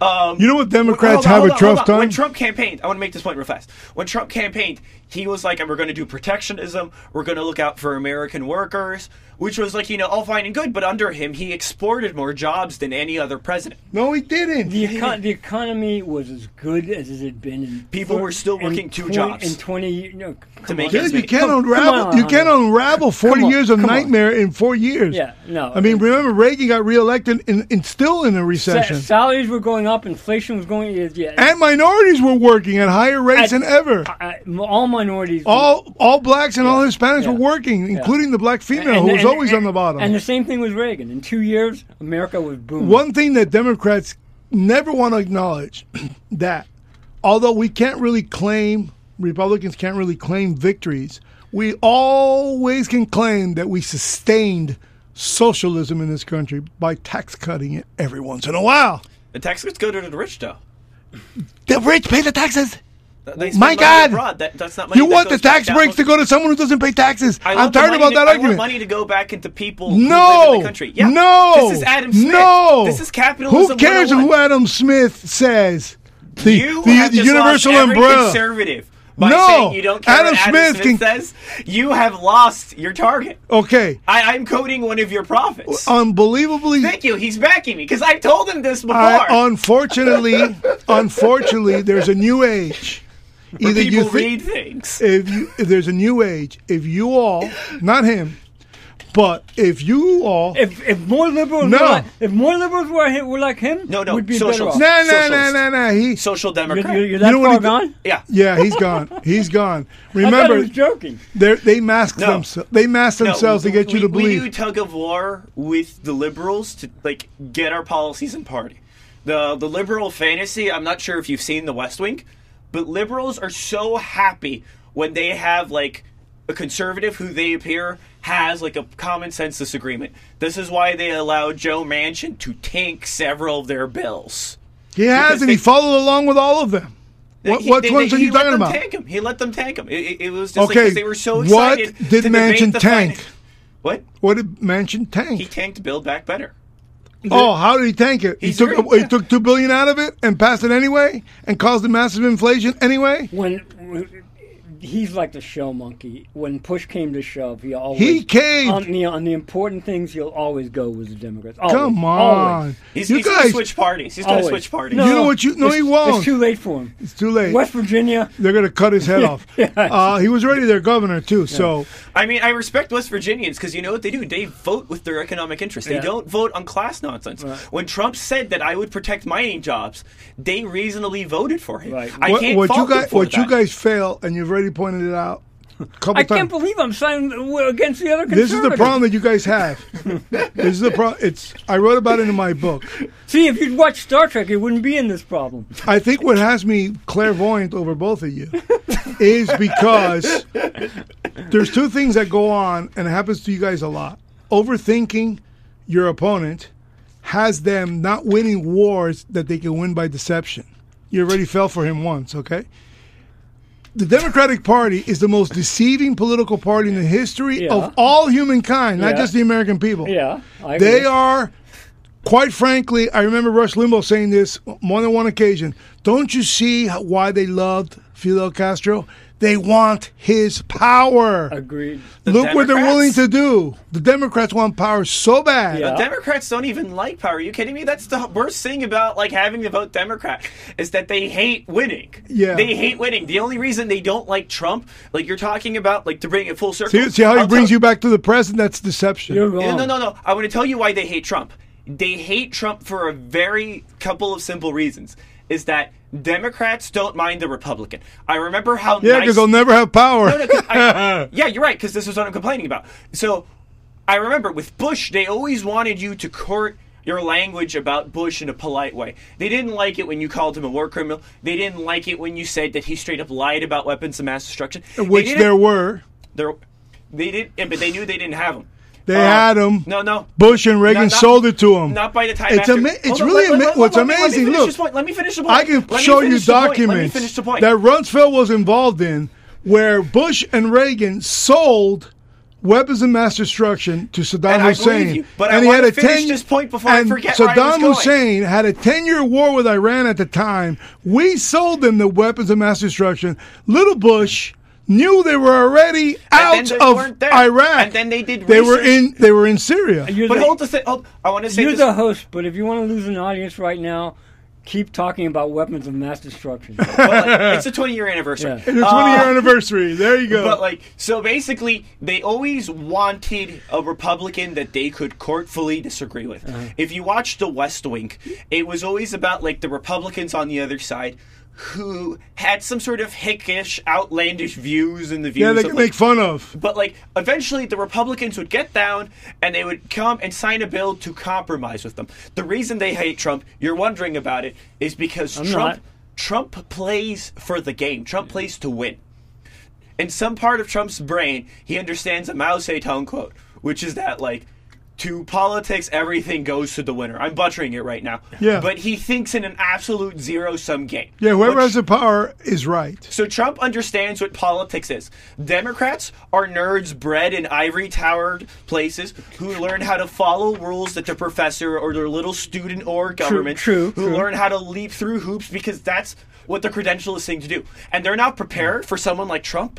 um,
you know what Democrats
Hold on,
have
hold
a
on,
tough
hold on. When
time?
Trump campaigned, I want to make this point real fast. When Trump campaigned, he was like, "And we're going to do protectionism. We're going to look out for American workers," which was like, you know, all fine and good. But under him, he exported more jobs than any other president.
no, he didn't.
The, econ- the economy was as good as it had been. In
People
thir-
were still working
in
two
twen-
jobs.
in twenty. years. No, come
make
on.
ends
Dude, you
meet.
can't
Come- come
unravel.
on,
you can't
Hunter.
unravel forty
Come on,
years of
come on.
nightmare in four years.
Yeah, no.
I mean, remember Reagan got reelected and, and still in a
Sa-
recession,
salaries were going up. Inflation was going. Yeah,
and minorities were working at higher rates
At-
than ever.
I- I- all minorities.
All all blacks and all Hispanics
yeah,
were working, including the black female who was always on the bottom.
And the same thing was Reagan. In two years, America was booming.
One thing that Democrats never want to acknowledge that although we can't really claim, Republicans can't really claim victories, we always can claim that we sustained socialism in this country by tax cutting it every once in a while.
The taxes go to the rich, though.
The rich pay the taxes.
Th- they
My
spend money
God.
abroad. That, that's not money
You
that
want the
goes back
tax
down.
breaks to go to someone who doesn't pay taxes.
I
I'm
want the
tired
money
about
to-
that
I want
argument.
money to go back into people who live in
No,
the country. Yeah.
no.
This is Adam Smith.
No,
This is capitalism.
Who cares
101.
who Adam Smith says? The,
you
the,
have
the
just
universal
lost every
umbrella.
conservative by
No.
saying you don't care
Adam
what Adam
Smith
Smith,
can-
says. You have lost your target.
Okay,
I, I'm coding one of your profits.
uh, unbelievably.
Thank you. He's backing me because I told him this before.
I- unfortunately, unfortunately, there's a new age.
Where
Either
people
you think
read things.
if you if there's a new age, if you all, not him, but if you all,
If, if more liberals
No.
were like, if more liberals were, hi- were like him,
No, no,
we'd be
socials.
better off.
no, no, no,
socialist.
no, no, he,
Social
You're,
Democrat.
you're- you're that
know what
far
he did?
gone.
yeah.
yeah, he's gone, he's gone.
I thought he
Remember,
was joking.
they're- they mask
No.
themselves, they mask
No,
themselves to get you
we-
to
We
believe.
do tug of war with the liberals to like get our policies and party. The the liberal fantasy. I'm not sure if you've seen The West Wing, but liberals are so happy when they have like a conservative who they appear has like a common sense disagreement. This is why they allow Joe Manchin to tank several of their bills.
He has,
Because
and he
they-
followed along with all of them. What,
He-
what
they-
ones
they-
are you
he let
talking
them
about?
Tank him. He let them tank him. It, it, it was just like
Okay,
'cause they were so
what
excited.
did
to debate
Manchin
the fin-
tank?
What
What did Mansion tank?
he tanked Build Back Better.
oh, how did he tank it? He
He's
took
great,
he took two billion out of it and passed it anyway, and caused the massive inflation anyway.
When he's like the show monkey. When push came to shove, he always
He caved.
on the on the important things. He'll always go with the Democrats. Always,
Come
always.
on,
He's,
you
he's gonna
guys,
switch parties. He's gonna
Always.
switch parties.
You know what you- no,
it's-
he won't.
It's too late for him.
it's too late.
West Virginia.
They're gonna cut his head off. uh, he was already their governor too, so
I mean, I respect West Virginians because you know what they do? They vote with their economic interests. They
Yeah.
don't vote on class nonsense. When Trump said that I would protect mining jobs, they reasonably voted for him.
Right.
I
what,
can't
what you
fault them
guys
for
what you
that.
guys fail, and you've already pointed it out. a Couple
I
times.
can't believe I'm signing against the other conservatives.
this is the problem that you guys have. this is the problem. It's I wrote about it in my book.
See, if you'd watched Star Trek, you wouldn't be in this problem.
I think what has me clairvoyant over both of you is because there's two things that go on, and it happens to you guys a lot. Overthinking your opponent has them not winning wars that they can win by deception. You already fell for him once, okay? The Democratic Party is the most deceiving political party in the history
Yeah.
of all humankind, not
Yeah.
just the American people.
Yeah, I
They
agree.
are, quite frankly, I remember Rush Limbaugh saying this more than one occasion. Don't you see how- why they loved Fidel Castro? They want his power.
Agreed.
Look what they're
Uh, Democrats?
willing to do. The Democrats want power so bad.
Yeah.
Democrats don't even like power. Are you kidding me? That's the worst thing about like having to vote Democrat is that they hate winning.
Yeah.
They hate winning. The only reason they don't like Trump, like you're talking about, like to bring it full circle.
See, see how he
I'll
brings
tell-
you back to the present? That's deception.
You're
No,
wrong.
No, no, no. I want to tell you why they hate Trump. They hate Trump for a very couple of simple reasons. Is that Democrats don't mind the Republican. I remember how
yeah,
nice
because they'll never have power.
no, no, 'cause I- yeah, you're right, because this is what I'm complaining about. So I remember with Bush, they always wanted you to court your language about Bush in a polite way. They didn't like it when you called him a war criminal. They didn't like it when you said that he straight up lied about weapons of mass destruction. They
which
didn't-
there were.
there- they did, not but they knew they didn't have them.
They had 'em.
No, no.
Bush and Reagan
Not- not-
sold it to him.
Not by the time
It's
after.
ama- it's
Hold on,
really
let- let-
ama-
let-
what's
let me- let me
amazing,
finish
look.
this point. Let me finish the point.
I can
Let me
show you
finish the point. Let me
documents
finish the point.
that Rumsfeld was involved in where Bush and Reagan sold weapons of mass destruction to Saddam
And I believe
Hussein.
you, but I
and
wanna finish this point before I
and
forget where I
Saddam
was going.
Hussein had a 10-year war with Iran at the time. We sold them the weapons of mass destruction. Little Bush knew they were already
then
out
they
of
weren't there.
Iraq.
And then they did
They were
research.
in they were in Syria.
You're
But
the,
hold the thing. Hold, I want to say
you're
this.
the host, but if you want to lose an audience right now, keep talking about weapons of mass destruction.
Well, it's a 20 year anniversary.
Yeah.
Your 20-year anniversary. There you go.
Uh, But like, so basically, they always wanted a Republican that they could court fully disagree
Uh-huh.
with. If you watch The West Wing, it was always about like the Republicans on the other side who had some sort of hickish, outlandish views in the views.
Yeah, they
of,
can
like,
make fun of.
but like eventually the Republicans would get down and they would come and sign a bill to compromise with them. The reason they hate Trump, you're wondering about it, is because Trump
not.
Trump plays for the game. Trump plays to win. In some part of Trump's brain, he understands a Mao Zedong quote, which is that like to politics everything goes to the winner. I'm butchering it right now.
Yeah.
But he thinks in an absolute zero sum game.
Yeah, whoever
Which-
has the power is right.
so Trump understands what politics is. Democrats are nerds bred in ivory towered places who learn how to follow rules that their professor or their little student or government
true,
who
true.
learn how to leap through hoops because that's what the credential is thing to do. And they're not prepared for someone like Trump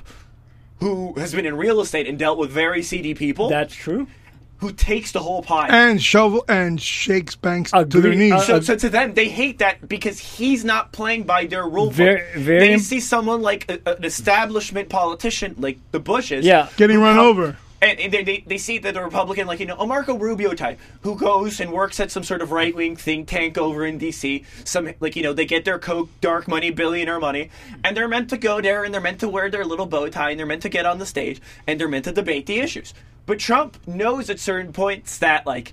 who has been in real estate and dealt with very seedy people
That's true.
who takes the whole pie.
And shovel and shakes banks to their
Agree-
knees.
uh,
So, so to them, they hate that because he's not playing by their rule
Very-
book.
very
they
im-
see someone like a, an establishment politician, like the Bushes,
Yeah.
getting run over.
and, and they, they, they see that the Republican, like you know, a Marco Rubio type, who goes and works at some sort of right wing think tank over in D.C. Some like you know, they get their coke, dark money, billionaire money, and they're meant to go there and they're meant to wear their little bow tie and they're meant to get on the stage and they're meant to debate the issues. But Trump knows at certain points that like,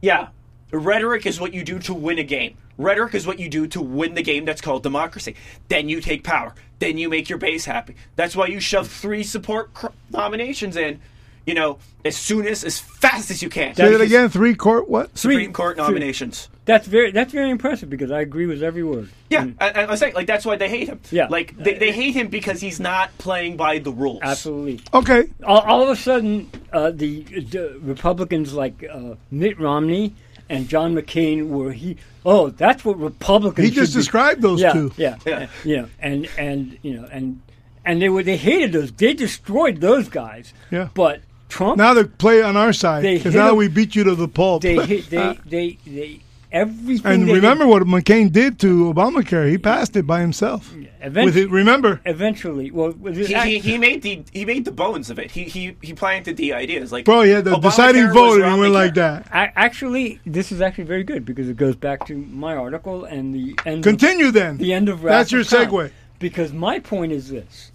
yeah, rhetoric is what you do to win a game. Rhetoric is what you do to win the game that's called democracy. Then you take power. Then you make your base happy. That's why you shove three support cr- nominations in you know, as soon as, as fast as you can.
Say
Because-
it again. Three court. What?
Supreme Court nominations.
That's very that's very impressive because I agree with every word.
Yeah,
Mm-hmm.
I, I- I was saying, like, that's why they hate him.
Yeah.
Like, they, they hate him because he's not playing by the rules.
Absolutely.
Okay.
All, all of a sudden, uh, the, the Republicans like uh, Mitt Romney and John McCain were he. Oh, that's what Republicans.
He just
should be.
described those
yeah,
two.
Yeah,
Yeah.
yeah, yeah, and and you know, and and they were they hated those. They destroyed those guys.
Yeah.
But Trump,
Now they play on our side
They
because
hit
now
him-
we beat you to the pulp.
they hit they they they everything.
and
they
remember what McCain did to Obamacare. He passed it by himself.
did,
With it,
eventually,
remember?
eventually, well, with his
He,
act-
he, he made the he made the bones of it. He he, he planted the ideas. Like,
Bro, he had the
Obamacare
deciding
was
vote and he went
Romneycare.
like that.
I, actually, this is actually very good because it goes back to my article and the end. Of,
Continue then.
the end of
That's
Wrath
your
of Khan.
segue.
Because my point is this: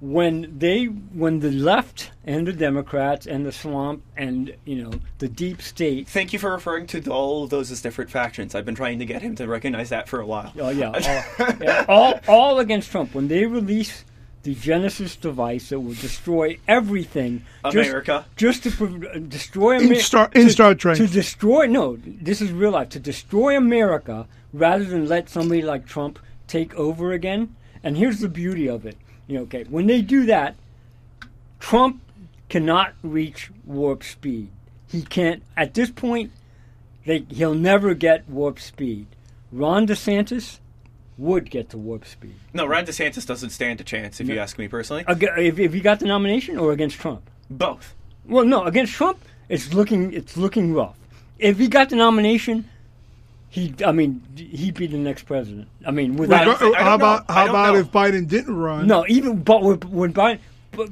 when they, when the left and the Democrats and the swamp and you know the deep state.
Thank you for referring to all of those as different factions. I've been trying to get him to recognize that for a while.
Oh yeah, all, yeah, all all against Trump. When they release the Genesis device that will destroy everything, just-
America.
just, to pro- destroy
In
America,
Star, in Star Trek.
to destroy. No, this is real life. To destroy America rather than let somebody like Trump take over again. And here's the beauty of it. You know, okay, when they do that, Trump cannot reach warp speed. He can't. At this point, they, he'll never get warp speed. Ron DeSantis would get to warp speed
No, Ron DeSantis doesn't stand a chance, if you ask me personally.
Ag- if, if he got the nomination or against Trump.
Both.
Well, no, against Trump, it's looking it's looking rough. If he got the nomination, he I mean he'd be the next president. I mean
I
without
don't think- I
uh, how
don't know.
about
I
how
don't
about
know.
if Biden didn't run?
no even but with- when Biden, but,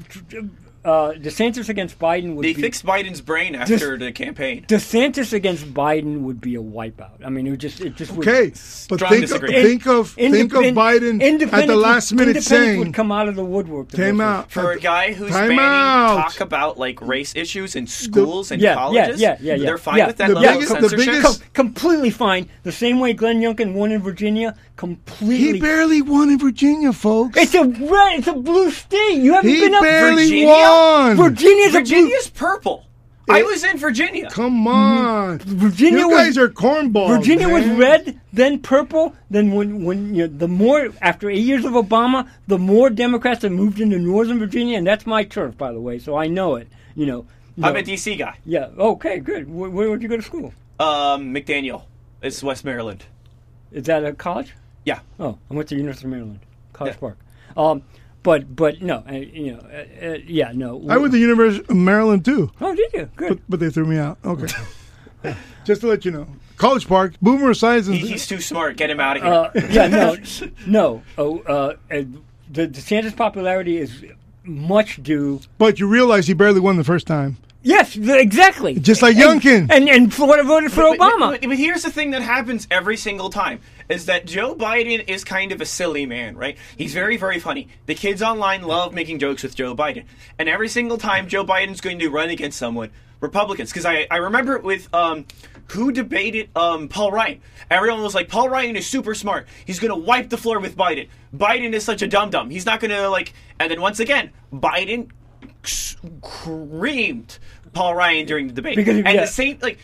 uh, DeSantis against Biden would
They
be
fixed Biden's brain after the campaign.
DeSantis against Biden would be a wipeout. I mean it would just it just
Okay,
would,
but
Strong
think
disagreement.
of think of think of
Independ-
Biden at
independence
the
would-
last minute
independence
saying
would come out of the woodwork. to
came
vote
out
for a guy who's
Time
banning
out.
talk about like race issues in schools and
yeah,
colleges.
Yeah, yeah, yeah, yeah.
They're fine
yeah.
with that
The
level
biggest-
of
the
censorship.
biggest-
Com- completely fine. The same way Glenn Youngkin won in Virginia, completely.
He barely won in Virginia, folks.
it's a red. It's a blue state. You haven't
he
been up
barely
Virginia?
won.
Virginia's
Virginia's purple. I was in Virginia.
Come on,
Mm-hmm. Virginia
You
was-
guys are cornballs.
a blue. Virginia was
man.
red, then purple, then when when you know, the more after eight years of Obama, the more Democrats have moved into Northern Virginia, and that's my turf, by the way, so I know it. You know. you
I'm
know.
a DC guy.
yeah. Okay. Good. Where, where would you go to school?
Um, McDaniel. It's West Maryland.
Is that a college?
Yeah.
Oh, I went to University of Maryland, College
Yeah.
Park. Um, but but no, uh, you know, uh, uh, yeah, no.
I went to the University of Maryland too,
Oh, did you? Good.
but they threw me out. Okay, just to let you know, College Park, Boomer Science, and
He- he's too smart. Get him out of here.
Uh, yeah, no, no. Oh, uh, uh, the DeSantis' popularity is much due.
but you realize he barely won the first time.
Yes, th- exactly.
Just like
And-
Youngkin.
And, and Florida voted for
But-
Obama.
But, but here's the thing that happens every single time is that Joe Biden is kind of a silly man, right? He's very, very funny. The kids online love making jokes with Joe Biden. And every single time Joe Biden's going to run against someone, Republicans, because I, I remember it with um, who debated um, Paul Ryan. Everyone was like, Paul Ryan is super smart. He's going to wipe the floor with Biden. Biden is such a dum dum. He's not going to, like, and then once again, Biden screamed Paul Ryan during the debate.
Because-
and
yeah.
the same, like,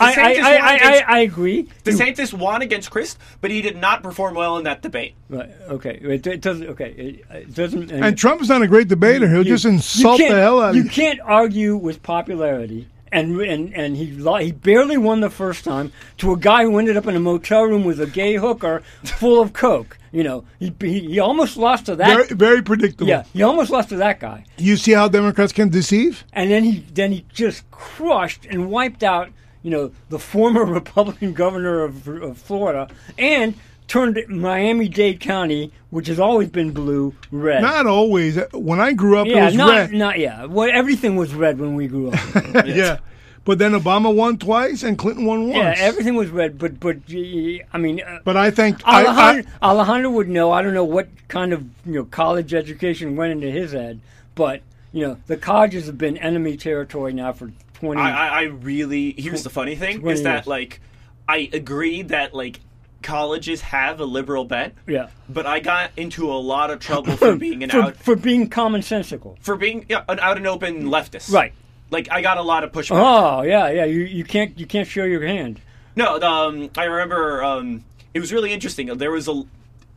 I, I,
DeSantis
I,
won
I,
against-
I, I agree.
DeSantis won against Chris, but he did not perform well in that debate.
Right, okay, it, it doesn't. Okay, it, it doesn't.
And Trump's not a great debater. He'll just insult the
can't-
hell out of you.
You can't argue with popularity. And, and and he lo- he barely won the first time to a guy who ended up in a motel room with a gay hooker full of coke. You know, he he, he almost lost to that.
Very, very predictable.
yeah, he almost lost to that guy.
You see how Democrats can deceive?
and then he then he just crushed and wiped out you know the former Republican governor of, of Florida and turned Miami Dade County, which has always been blue, red.
Not always. When I grew up, it
yeah,
was
not
red.
not yeah. Well, everything was red when we grew up.
yeah. But then Obama won twice and Clinton won once.
yeah, everything was red. But but y- I mean. Uh,
but I think I, I,
Alejandro, Alejandro would know. I don't know what kind of you know college education went into his head, but you know the colleges have been enemy territory now for twenty.
I, I, I really. Here's the funny thing
Twenty
is that
years.
like, I agree that like colleges have a liberal bent.
Yeah.
But I got into a lot of trouble for being an
for,
out
for being commonsensical.
for being yeah, an out and open leftist.
Right.
Like I got a lot of pushback.
Oh yeah, yeah. You you can't you can't show your hand.
No, the, um, I remember um, it was really interesting. There was a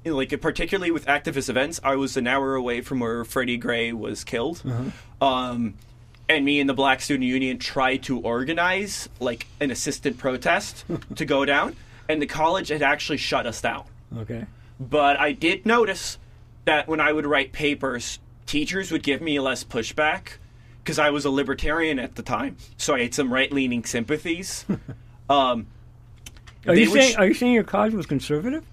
like particularly with activist events, I was an hour away from where Freddie Gray was killed, um, and me and the Black Student Union tried to organize like an assistant protest to go down, and the college had actually shut us down.
Okay.
But I did notice that when I would write papers, teachers would give me less pushback because I was a libertarian at the time, so I had some right leaning sympathies. um,
Are
They
you
would
saying
sh-
are you saying your college was conservative?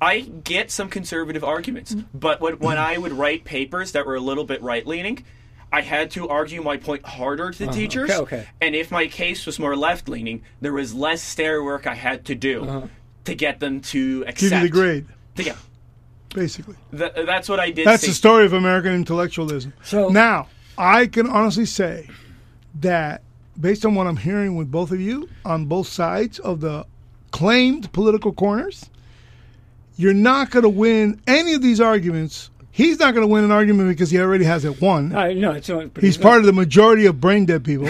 I get some conservative arguments,
Mm-hmm.
but when, when I would write papers that were a little bit right leaning, I had to argue my point harder
Uh-huh.
to teachers.
okay, okay.
And if my case was more left leaning, there was less stair work I had to do to get them to
Uh-huh. give
accept.
you the grade,
Yeah,
basically.
Th- that's what I did.
That's
see.
the story of American intellectualism.
So-
now, I can honestly say that based on what I'm hearing with both of you on both sides of the claimed political corners, you're not going to win any of these arguments. He's not going to win an argument because he already has it won.
Uh,
I no, it's not.
He's part of the majority of brain dead people.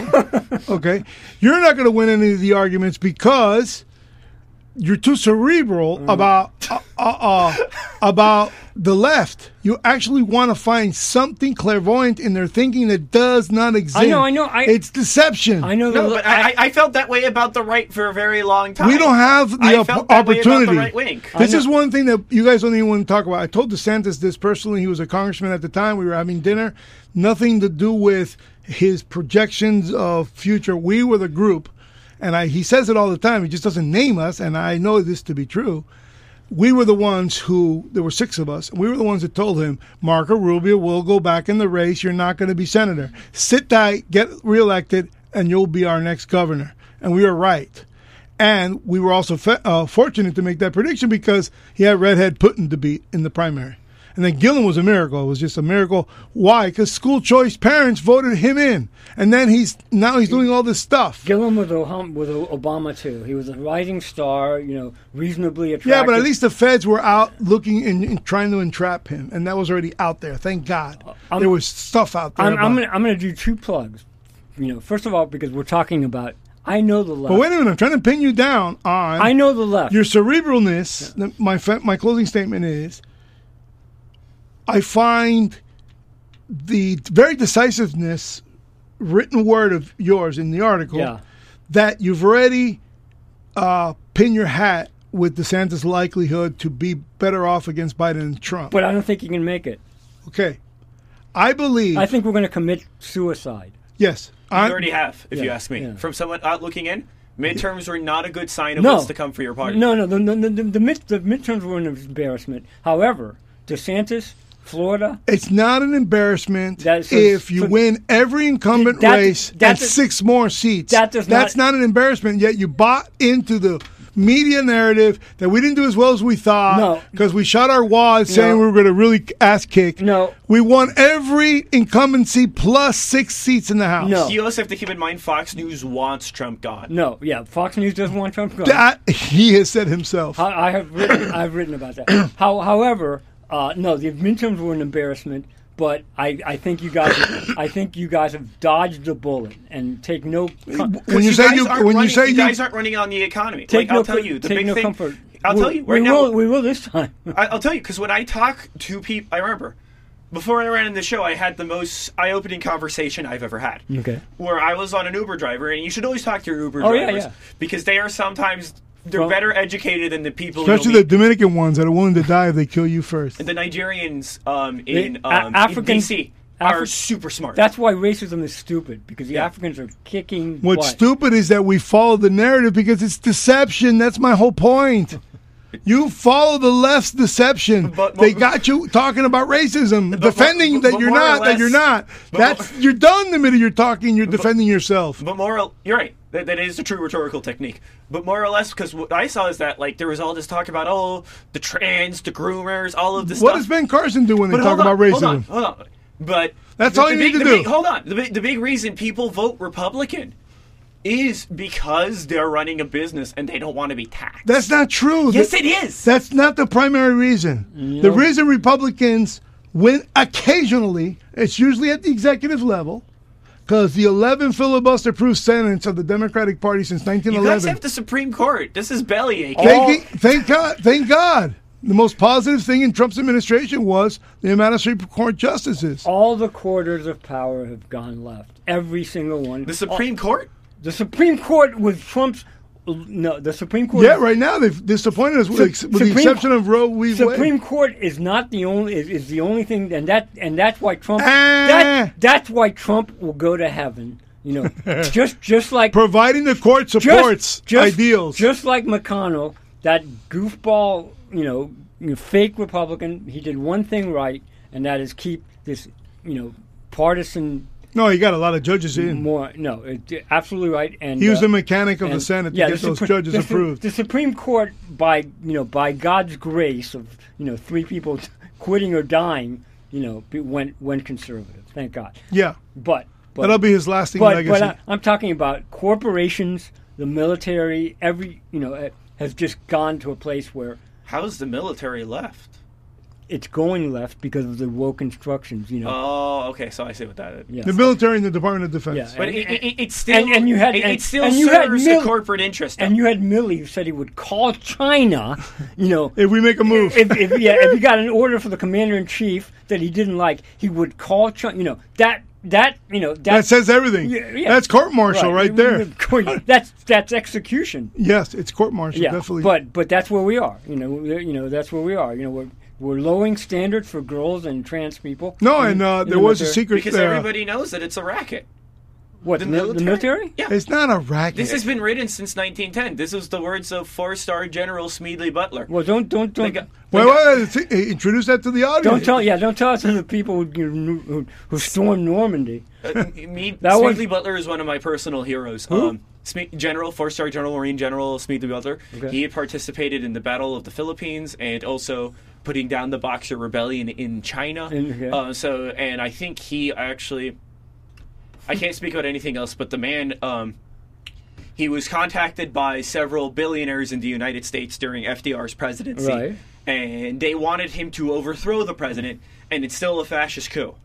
okay. You're not going to win any of the arguments because you're too cerebral
Mm.
about uh, uh, uh, about the left. You actually want to find something clairvoyant in their thinking that does not exist.
I know, I-
it's deception.
I know.
No,
the,
but I, I- I felt that way about the right for a very long time.
We don't have the
I
op-
felt that way about the
opportunity.
right wing. I
This is one thing that you guys don't even want to talk about. I told DeSantis this personally. He was a congressman at the time. We were having dinner. Nothing to do with his projections of future. We were the group, and I, he says it all the time. He just doesn't name us, and I know this to be true. We were the ones who there were six of us. and We were the ones that told him Marco Rubio will go back in the race. You're not going to be senator. Sit tight, get reelected, and you'll be our next governor. And we were right. And we were also fa- uh, fortunate to make that prediction because he had redhead Putin to beat in the primary. And then Gillen was a miracle. It was just a miracle. Why? Because school choice parents voted him in. And then he's now he's doing all this stuff.
Gillum was Obama, was Obama too. He was a rising star. You know, reasonably attractive.
Yeah, but at least the feds were out looking and, and trying to entrap him. And that was already out there. Thank God. there was stuff out there.
Uh, I'm,
about
I'm
it.
gonna I'm gonna do two plugs. You know, first of all, because we're talking about I know the left.
but wait a minute. I'm trying to pin you down on
I know the left.
your cerebralness. th- My fa- my closing statement is: I find the very decisiveness, written word of yours in the article,
Yeah.
that you've already uh, pinned your hat with DeSantis' likelihood to be better off against Biden and Trump.
but I don't think you can make it.
okay, I believe
I think we're gonna commit suicide.
yes.
You
I
already have, if you
Yeah,
ask me.
yeah.
From someone out looking in, midterms were not a good sign of
No.
what's to come for your party.
No, no, the the the, the, mid, the midterms were an embarrassment. However, DeSantis, Florida.
It's not an embarrassment
That is-
if you win every incumbent
That-
race
that
and
does-
six more seats.
that does
That's not,
not-
an embarrassment. Yet you bought into the media narrative that we didn't do as well as we
No.
thought because we shot our wad saying we were going to really ass kick.
No.
we won every incumbency plus six seats in the house.
No.
You also have to keep in mind Fox News wants Trump gone.
No, yeah, Fox News doesn't want Trump gone.
that he has said himself.
I, I have written, I've written about that. How, however, uh, no, the midterms were an embarrassment, but I, I think you guys, I think you guys have dodged a bullet and take no. Con-
When you,
you
say
guys
you,
aren't
when you
running-
say you,
guys aren't running on the economy.
take
like,
no
I'll tell
com-
you the
take
big
no
thing.
comfort.
I'll
we,
tell you
we
right now.
Will, we will this time.
I, I'll tell you because when I talk to people, I remember before I ran in the show, I had the most eye-opening conversation I've ever had.
Okay.
Where I was on an Uber driver, and you should always talk to your Uber
Mm. Oh, yeah,
drivers
yeah.
because they are sometimes they're
Well-
better educated than the people, you'll
especially the
meet.
Dominican ones that are willing to die if they kill you first.
the Nigerians um, in
A-
um, in
African-
DC are
Afri-
super smart.
That's why racism is stupid because the Africans are kicking.
What's
butt.
stupid is that we follow the narrative because it's deception. That's my whole point. You follow the left's deception.
But-
they got you talking about racism, defending
but-
that
but
you're
more or
not, that
less-
you're not.
but
That's you're done the minute you're talking. You're defending yourself.
But more, or- you're right. That, that is a true rhetorical technique. But more or less, because what I saw is that like there was all this talk about oh the trans, the groomers, all of this
What
stuff.
does Ben Carson do when they
But
talk
hold on,
about racism?
Hold on, hold on. But
That's
the-
all
the
you
big-
need to
the
do.
big- hold on. The big, the big reason people vote Republican is because they're running a business and they don't want to be taxed.
That's not true.
yes,
Th-
it is.
That's not the primary reason. The reason Republicans win occasionally, it's usually at the executive level, because the 11 filibuster proof sentence of the Democratic Party since
you guys
1911.
have the Supreme Court. This is bellyache.
Thank, thank God. Thank God. The most positive thing in Trump's administration was the amount of Supreme Court justices.
All the quarters of power have gone left. Every single one.
the Supreme Court.
the Supreme Court was Trump's. No, the Supreme Court.
Yeah, right now they've disappointed us, with, ex- with the
Supreme-
exception of Roe v.
Supreme
Wade.
Court is not the only is, is the only thing, and that and that's why Trump.
Ah.
That, that's why Trump will go to heaven. You know, just just like
Providing the court
just,
supports
just-
ideals.
just like McConnell, that goofball, you know, you know, fake Republican. He did one thing right, and that is keep this, you know, partisan
no, he got a lot of judges in.
more. No, it, absolutely right. And
Hmm. He was
uh,
the mechanic of the
and-
Senate to
yeah,
get
the
those
Supre-
judges
the Su-
approved.
The Supreme Court, by you know, by God's grace of you know three people quitting or dying, you know, be, went went conservative. Thank God.
yeah,
But but
that'll be his lasting
but,
legacy.
but I, I'm talking about corporations, the military, every you know eh, has just gone to a place where
How's the military left?
it's going left because of the woke instructions. You know,
Oh, okay. So I see what that is.
Yeah.
the military and the Department of Defense.
Yeah.
But
And-
it, it, it- it still
and- and you had-
it, it
and-
still
and you had
serves
mil-
the corporate interest.
and you had Millie who said he would call China. You know,
If we make a move,
if, if yeah, if he got an order for the commander in chief that he didn't like, he would call China. You know that that you know that,
that says everything.
Yeah, yeah.
That's court martial right, there.
That's that's execution.
yes, it's court martial.
Yeah,
definitely.
but but that's where we are. You know, we're- you know that's where we are. You know, we're we're lowering standards for girls and trans people.
no,
In-
and uh,
in
there
the
was a
military-
secret.
because
uh,
everybody knows that it's a racket.
What
The
mil-
military?
Yeah.
Yeah.
It's not a racket.
This has been written since 1910. This is the words of four-star General Smeadley Butler.
Well, don't don't don't.
got-
Wait, wait, wait, t- introduce that to the audience.
don't tell yeah don't tell us to the people who, who who stormed Normandy.
Uh, me,
That was-
Smeadley Butler is one of my personal heroes. Um, Sme- General, four-star General Marine General Smeadley Butler.
Okay.
He had participated in the Battle of the Philippines and also putting down the Boxer Rebellion in China.
In- okay.
Uh, so, and I think he actually, I can't speak about anything else, but the man. Um, he was contacted by several billionaires in the United States during FDR's presidency,
Right.
and they wanted him to overthrow the president, and it's still a fascist coup.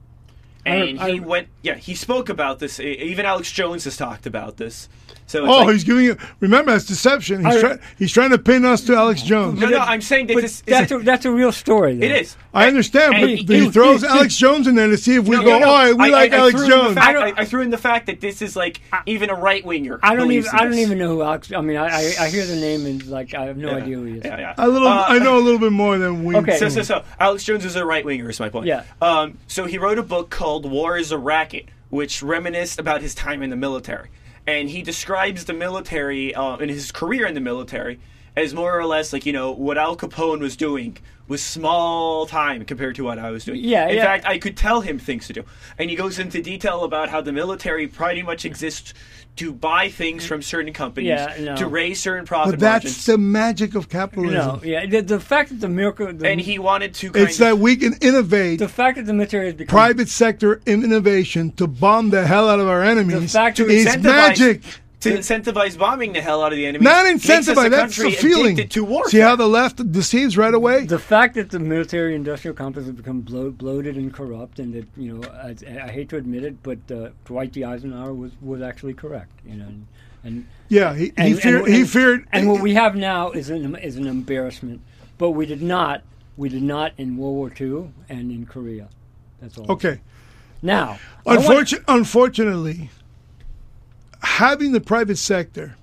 And
I-
he went, yeah, he spoke about this. E- Even Alex Jones has talked about this. So, it's
Oh,
like-
he's giving you. Remember, that's deception. He's,
I-
try, he's trying to pin us to Alex Jones.
no, no, I'm saying that
But
this
that's
is
a, that's a real story. Though.
it is.
I understand, but
And
he,
he-
throws
he-
Alex Jones in there to see if we
No,
go.
no, no.
All right, we
I-
like
I- I
Alex
threw in the
Jones.
fact-
I don't-
I, I threw in the fact that this is like even a right winger.
I don't even I don't even know who Alex. I mean, I, I, I hear the name and like I have no idea who he is.
Yeah, yeah.
A little,
Uh,
I know a little bit more than we. do.
Okay.
So, so, so, Alex Jones is a right winger, is my point.
Yeah.
Um, so he wrote a book called War is a Racket, which reminisced about his time in the military. And he describes the military uh, and his career in the military as more or less like you know what Al Capone was doing was small time compared to what I was doing.
Yeah,
In
yeah.
fact, I could tell him things to do, and he goes into detail about how the military pretty much exists to buy things from certain companies
Yeah, no.
to raise certain profit
But that's
margins.
the magic of capitalism.
No, yeah, the, the fact that the milk, the,
and he wanted to kind
It's
of
that we can innovate
the fact that the military has become
private sector in- innovation to bomb the hell out of our enemies.
fact to
is
incentivize-
magic.
to incentivize bombing the hell out of the enemy.
Not
makes us a
incentivized. That's
country
the feeling.
addicted to warfare.
See how the left deceives right away.
the fact that the military industrial complex has become blo- bloated and corrupt, and that you know, I, I hate to admit it, but uh, Dwight D. Eisenhower was, was actually correct. You know, and and,
yeah, he, he
and-
feared.
and-
he
and-
feared.
And what we have now is an is an embarrassment. But we did not. We did not in World War II and in Korea. That's all.
okay.
Now, I wanna-
Unfortunately, unfortunately, having the private sector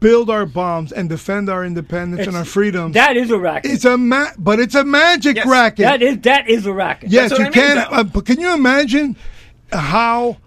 build our bombs and defend our independence and
It's-
our freedoms.
that is a racket.
it's a ma- but it's a magic
Yes,
racket.
that is that is a racket.
yes,
That's
you
what I mean,
can.
though.
uh, but can you imagine how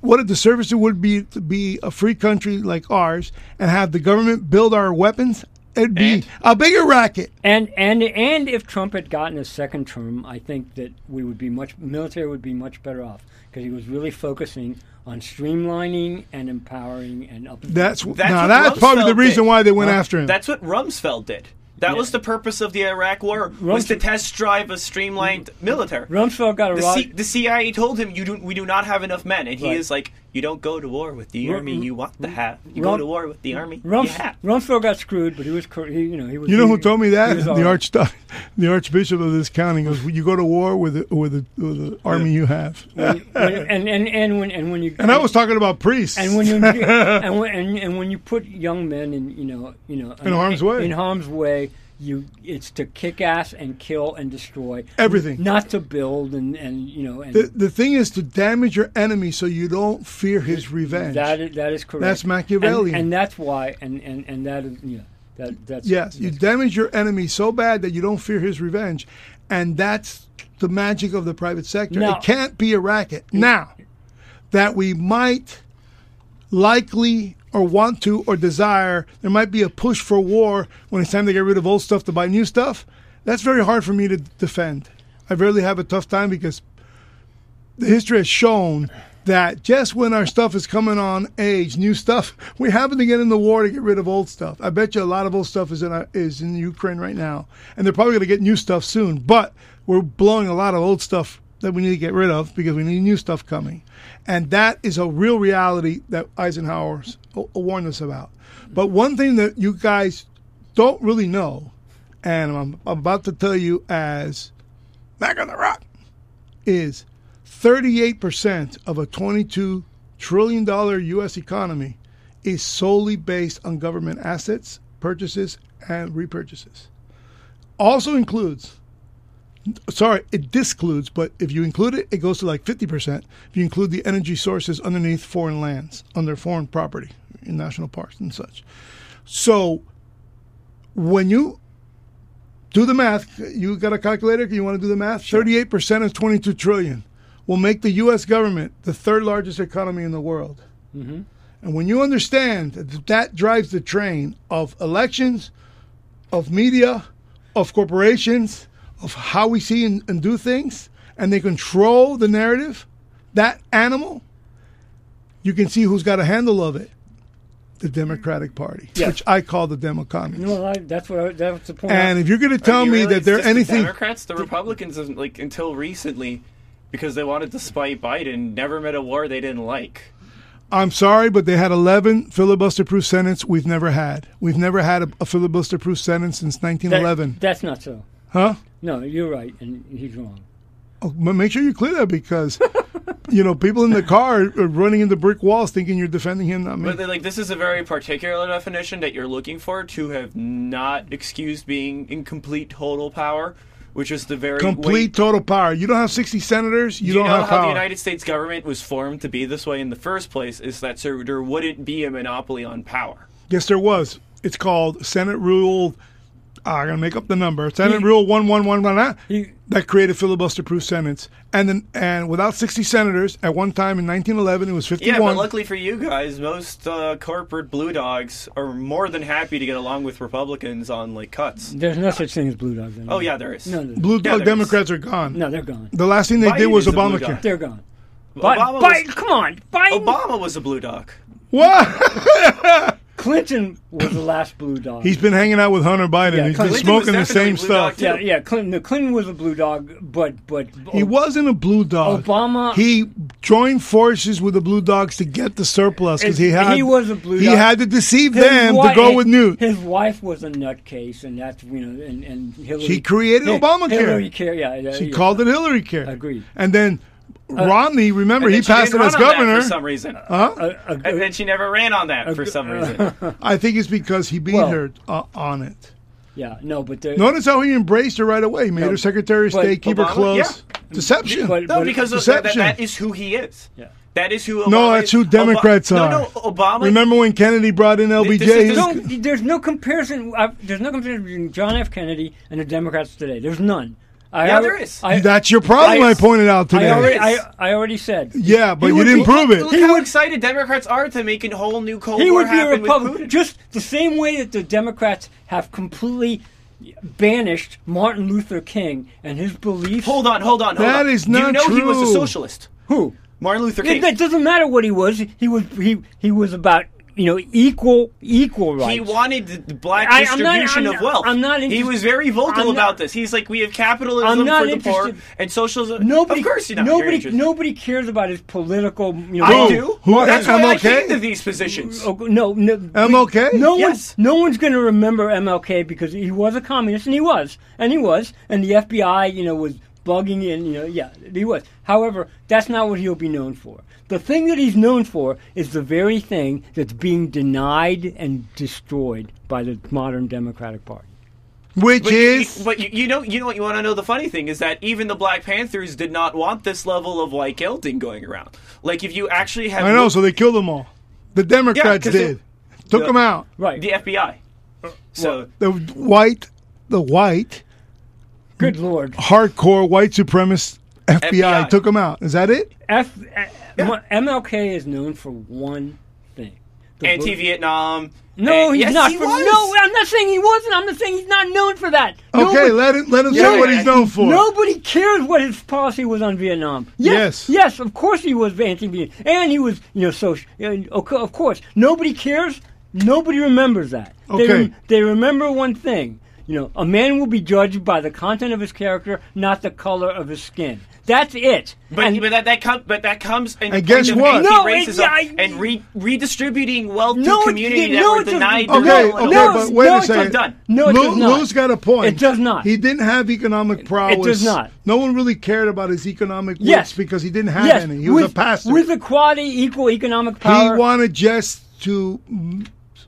what a disservice it would be to be a free country like ours and have the government build our weapons? It'd be
And?
a bigger racket.
And and and if Trump had gotten a second term, I think that we would be much military would be much better off because he was really focusing on streamlining and empowering and up.
That's
That's
now
what
that's probably the
Rumsfeld
reason
did.
why they went after him.
That's what Rumsfeld did. That was the purpose of the Iraq War was
Rumsfeld-
to
Mm.
test drive a streamlined military.
Rumsfeld got a
the,
rock.
C- the CIA told him you do we do not have enough men, and he
Right.
is like, you don't go to war with the
Ru-
army you want to have. You
Rum-
go to war with the army
Rumsfeld,
you have.
Rumsfeld got screwed, but he was cor- he, you know he was.
You know
he-
who told me
he
that?
was
The
all right.
arch the archbishop of this county goes, "You go to war with the, with the, with the army you have."
When you- when you- and, and and when and when you
And I was talking about priests.
and when you and when and, and when you put young men in you know you know in
harm's way.
in harm's way you it's to kick ass and kill and destroy
Everything.
not to build and and you know and
the, the thing is to damage your enemy so you don't fear his revenge.
that is, that is correct
That's Machiavellian.
and, and that's why and and and that is yeah that that's
yes, you damage your enemy so bad that you don't fear his revenge, and that's the magic of the private sector.
Now-
it can't be a racket. Now, that we might likely or want to or desire, there might be a push for war when it's time to get rid of old stuff to buy new stuff. That's very hard for me to defend. I really have a tough time because the history has shown that just when our stuff is coming on age, new stuff, we happen to get in the war to get rid of old stuff. I bet you a lot of old stuff is in our, is in Ukraine right now, and they're probably going to get new stuff soon. But we're blowing a lot of old stuff that we need to get rid of because we need new stuff coming, and that is a real reality that Eisenhower warned us about. But one thing that you guys don't really know, and I'm, I'm about to tell you as back on the rock is 38% of a $22 trillion U.S. economy is solely based on government assets, purchases, and repurchases. Also includes, sorry, it discludes, but if you include it, it goes to like 50%. If you include the energy sources underneath foreign lands, under foreign property, in national parks and such. So when you do the math. You got a calculator? You want to do the math? Thirty-eight percent of twenty-two trillion will make the U.S. government the third largest economy in the world. And when you understand that that drives the train of elections, of media, of corporations, of how we see and, and do things, and they control the narrative, that animal, you can see who's got a handle of it. The Democratic Party,
Yeah.
which I call the Democomics.
no I, that's what I, that's the point
And if you're going to tell
You
me that
realize
they're
just the
anything,
Democrats, the Republicans, isn't, like until recently, because they wanted to spite Biden, never met a war they didn't like.
I'm sorry, but they had 11 filibuster-proof sentences we've never had. We've never had a, a filibuster-proof sentence since
That-
1911,
that's not so
huh?
no you're right and he's wrong
Oh, but make sure you clear that because, you know, people in the car are, are running into brick walls thinking you're defending him, not me.
But like, this is a very particular definition that you're looking for to have not excused being in complete total power, which is the very way-
Complete total power. You don't have 60 senators. You,
Do you
don't
know
have
how
power.
the United States government was formed to be this way in the first place is that so there wouldn't be a monopoly on power.
yes, there was. It's called Senate Rule ah, I'm gonna make up the number. Senate Rule one one one one one
He-
that created filibuster-proof senates, and then and without 60 senators at one time in 1911, it was 51.
Yeah, but luckily for you guys, most uh, corporate blue dogs are more than happy to get along with Republicans on like cuts.
There's no such thing as blue dogs anymore.
Oh yeah, there is.
No, no,
Blue
Yeah,
dog
there is.
Democrats are gone.
no, they're gone.
The last thing they did
Biden
was
is a blue
Obamacare.
dog.
They're gone. But
Obama was-
Biden, come on, Biden.
Obama was a blue dog.
What?
Clinton was the last blue dog.
He's been hanging out with Hunter Biden.
Yeah,
He's been
Clinton was
smoking the
definitely
same
blue
stuff.
dog,
yeah, yeah. Clinton, no, Clinton was a blue dog, but but
He wasn't a blue dog.
Obama-
He joined forces with the blue dogs to get the surplus because he
And
had.
he was a blue
He
dog.
had to deceive
His
them
wi-
to go with Newt.
His wife was a nutcase, and that's you know, and, and Hillary.
She created
Hi-
Obamacare.
Hillary care, yeah, yeah.
She
yeah.
called it Hillary care.
Agreed.
And then Romney, remember,
Uh, And
he
then she
passed it
didn't
as
run on that
governor.
for some reason.
Huh?
A- a-
and then she never ran on that for
Ag-
some reason.
I think it's because he beat
Well-
her uh, on it.
yeah, no, but there,
Notice how he embraced her right away. Made
No,
her Secretary of
but
State, keep her
Obama-
close. Deception.
But-
No, because of- that, that,
Deception.
that is who he is.
Yeah.
That is who. Obama
No, that's
is.
who Democrats
Oba-
are.
No, no, Obama.
Remember when Kennedy brought in LBJ?
this is-
He
no,
was-
there's no comparison. i there's no comparison between John F. Kennedy and the Democrats today. There's none. I,
Yeah,
al-
there is.
I,
that's your problem. I,
I-
pointed out
I
today.
already, I, I already said.
yeah, but
He
you
would
didn't
be-
prove
Look
it.
how excited Democrats are to make a whole new Cold
He
War
would be a
happen with
Republican,
Putin.
just the same way that the Democrats have completely banished Martin Luther King and his beliefs.
Hold on, hold on, hold
That
on.
is
You
not
know he was a
true.
socialist.
who?
Martin Luther
It,
King.
it doesn't matter what he was. He was he he was about you know equal equal rights.
He wanted the- the black
I- I'm not-
distribution
I'm-
of wealth.
I'm not
he
interest-
was very vocal
I'm not-
about this. He's like, we have capitalism
I'm not
for the poor
interested-
and socialism.
nobody,
of course, you're not. You're
nobody,
interested.
nobody cares about his political. You know,
I
Who?
do.
Who-
That's why I
MLK?
came to these positions.
Oh, no, no,
MLK?
No
Yes.
one's no one's going to remember MLK because he was a communist, and he was, and he was, and the FBI, you know, was bugging in, you know, yeah, he was. However, that's not what he'll be known for. The thing that he's known for is the very thing that's being denied and destroyed by the modern Democratic Party.
Which
But, you,
is
but you, you know, you know what you want to know. The funny thing is that even the Black Panthers did not want this level of like guilting going around. Like, if you actually have,
I know.
looked-
So they killed them all. The Democrats
'cause
did.
it-
Took
Yeah.
them out.
Right.
the FBI.
Uh,
So
The white, the white,
Good lord.
hardcore white supremacist FBI,
FBI.
took them out. Is that it?
F, uh, MLK is known for one thing. The vo-
anti-Vietnam.
No,
and-
he's
Eh, yes,
not.
He
for,
was.
No, uh, I'm not saying he wasn't. I'm not saying he's not known for that.
Okay,
Nobody-
let him let him say what he's known for.
Nobody cares what his policy was on Vietnam.
Yes.
Yes, yes, of course he was anti-Vietnam, and he was, you know, social. and Of co- of course, nobody cares. Nobody remembers that.
Okay.
They, rem- they remember one thing. You know, a man will be judged by the content of his character, not the color of his skin. That's it.
But,
And-
but that, that comes but that comes in
And guess what?
No,
racism
it- I-
and re- redistributing wealth
No,
to
it-
community that
no,
were
it doesn't- Okay,
denied. to
Okay,
all and
okay,
no,
all.
but
it's-
wait
no,
a
it's
second.
not done. No, it does not.
has got a point.
It does not.
He didn't have economic prowess.
not.
No one really cared about his economic
Yes.
wits because he didn't have
yes,
any. He was
with,
a pastor.
with equality, equal economic
he
power.
wanted just to mm,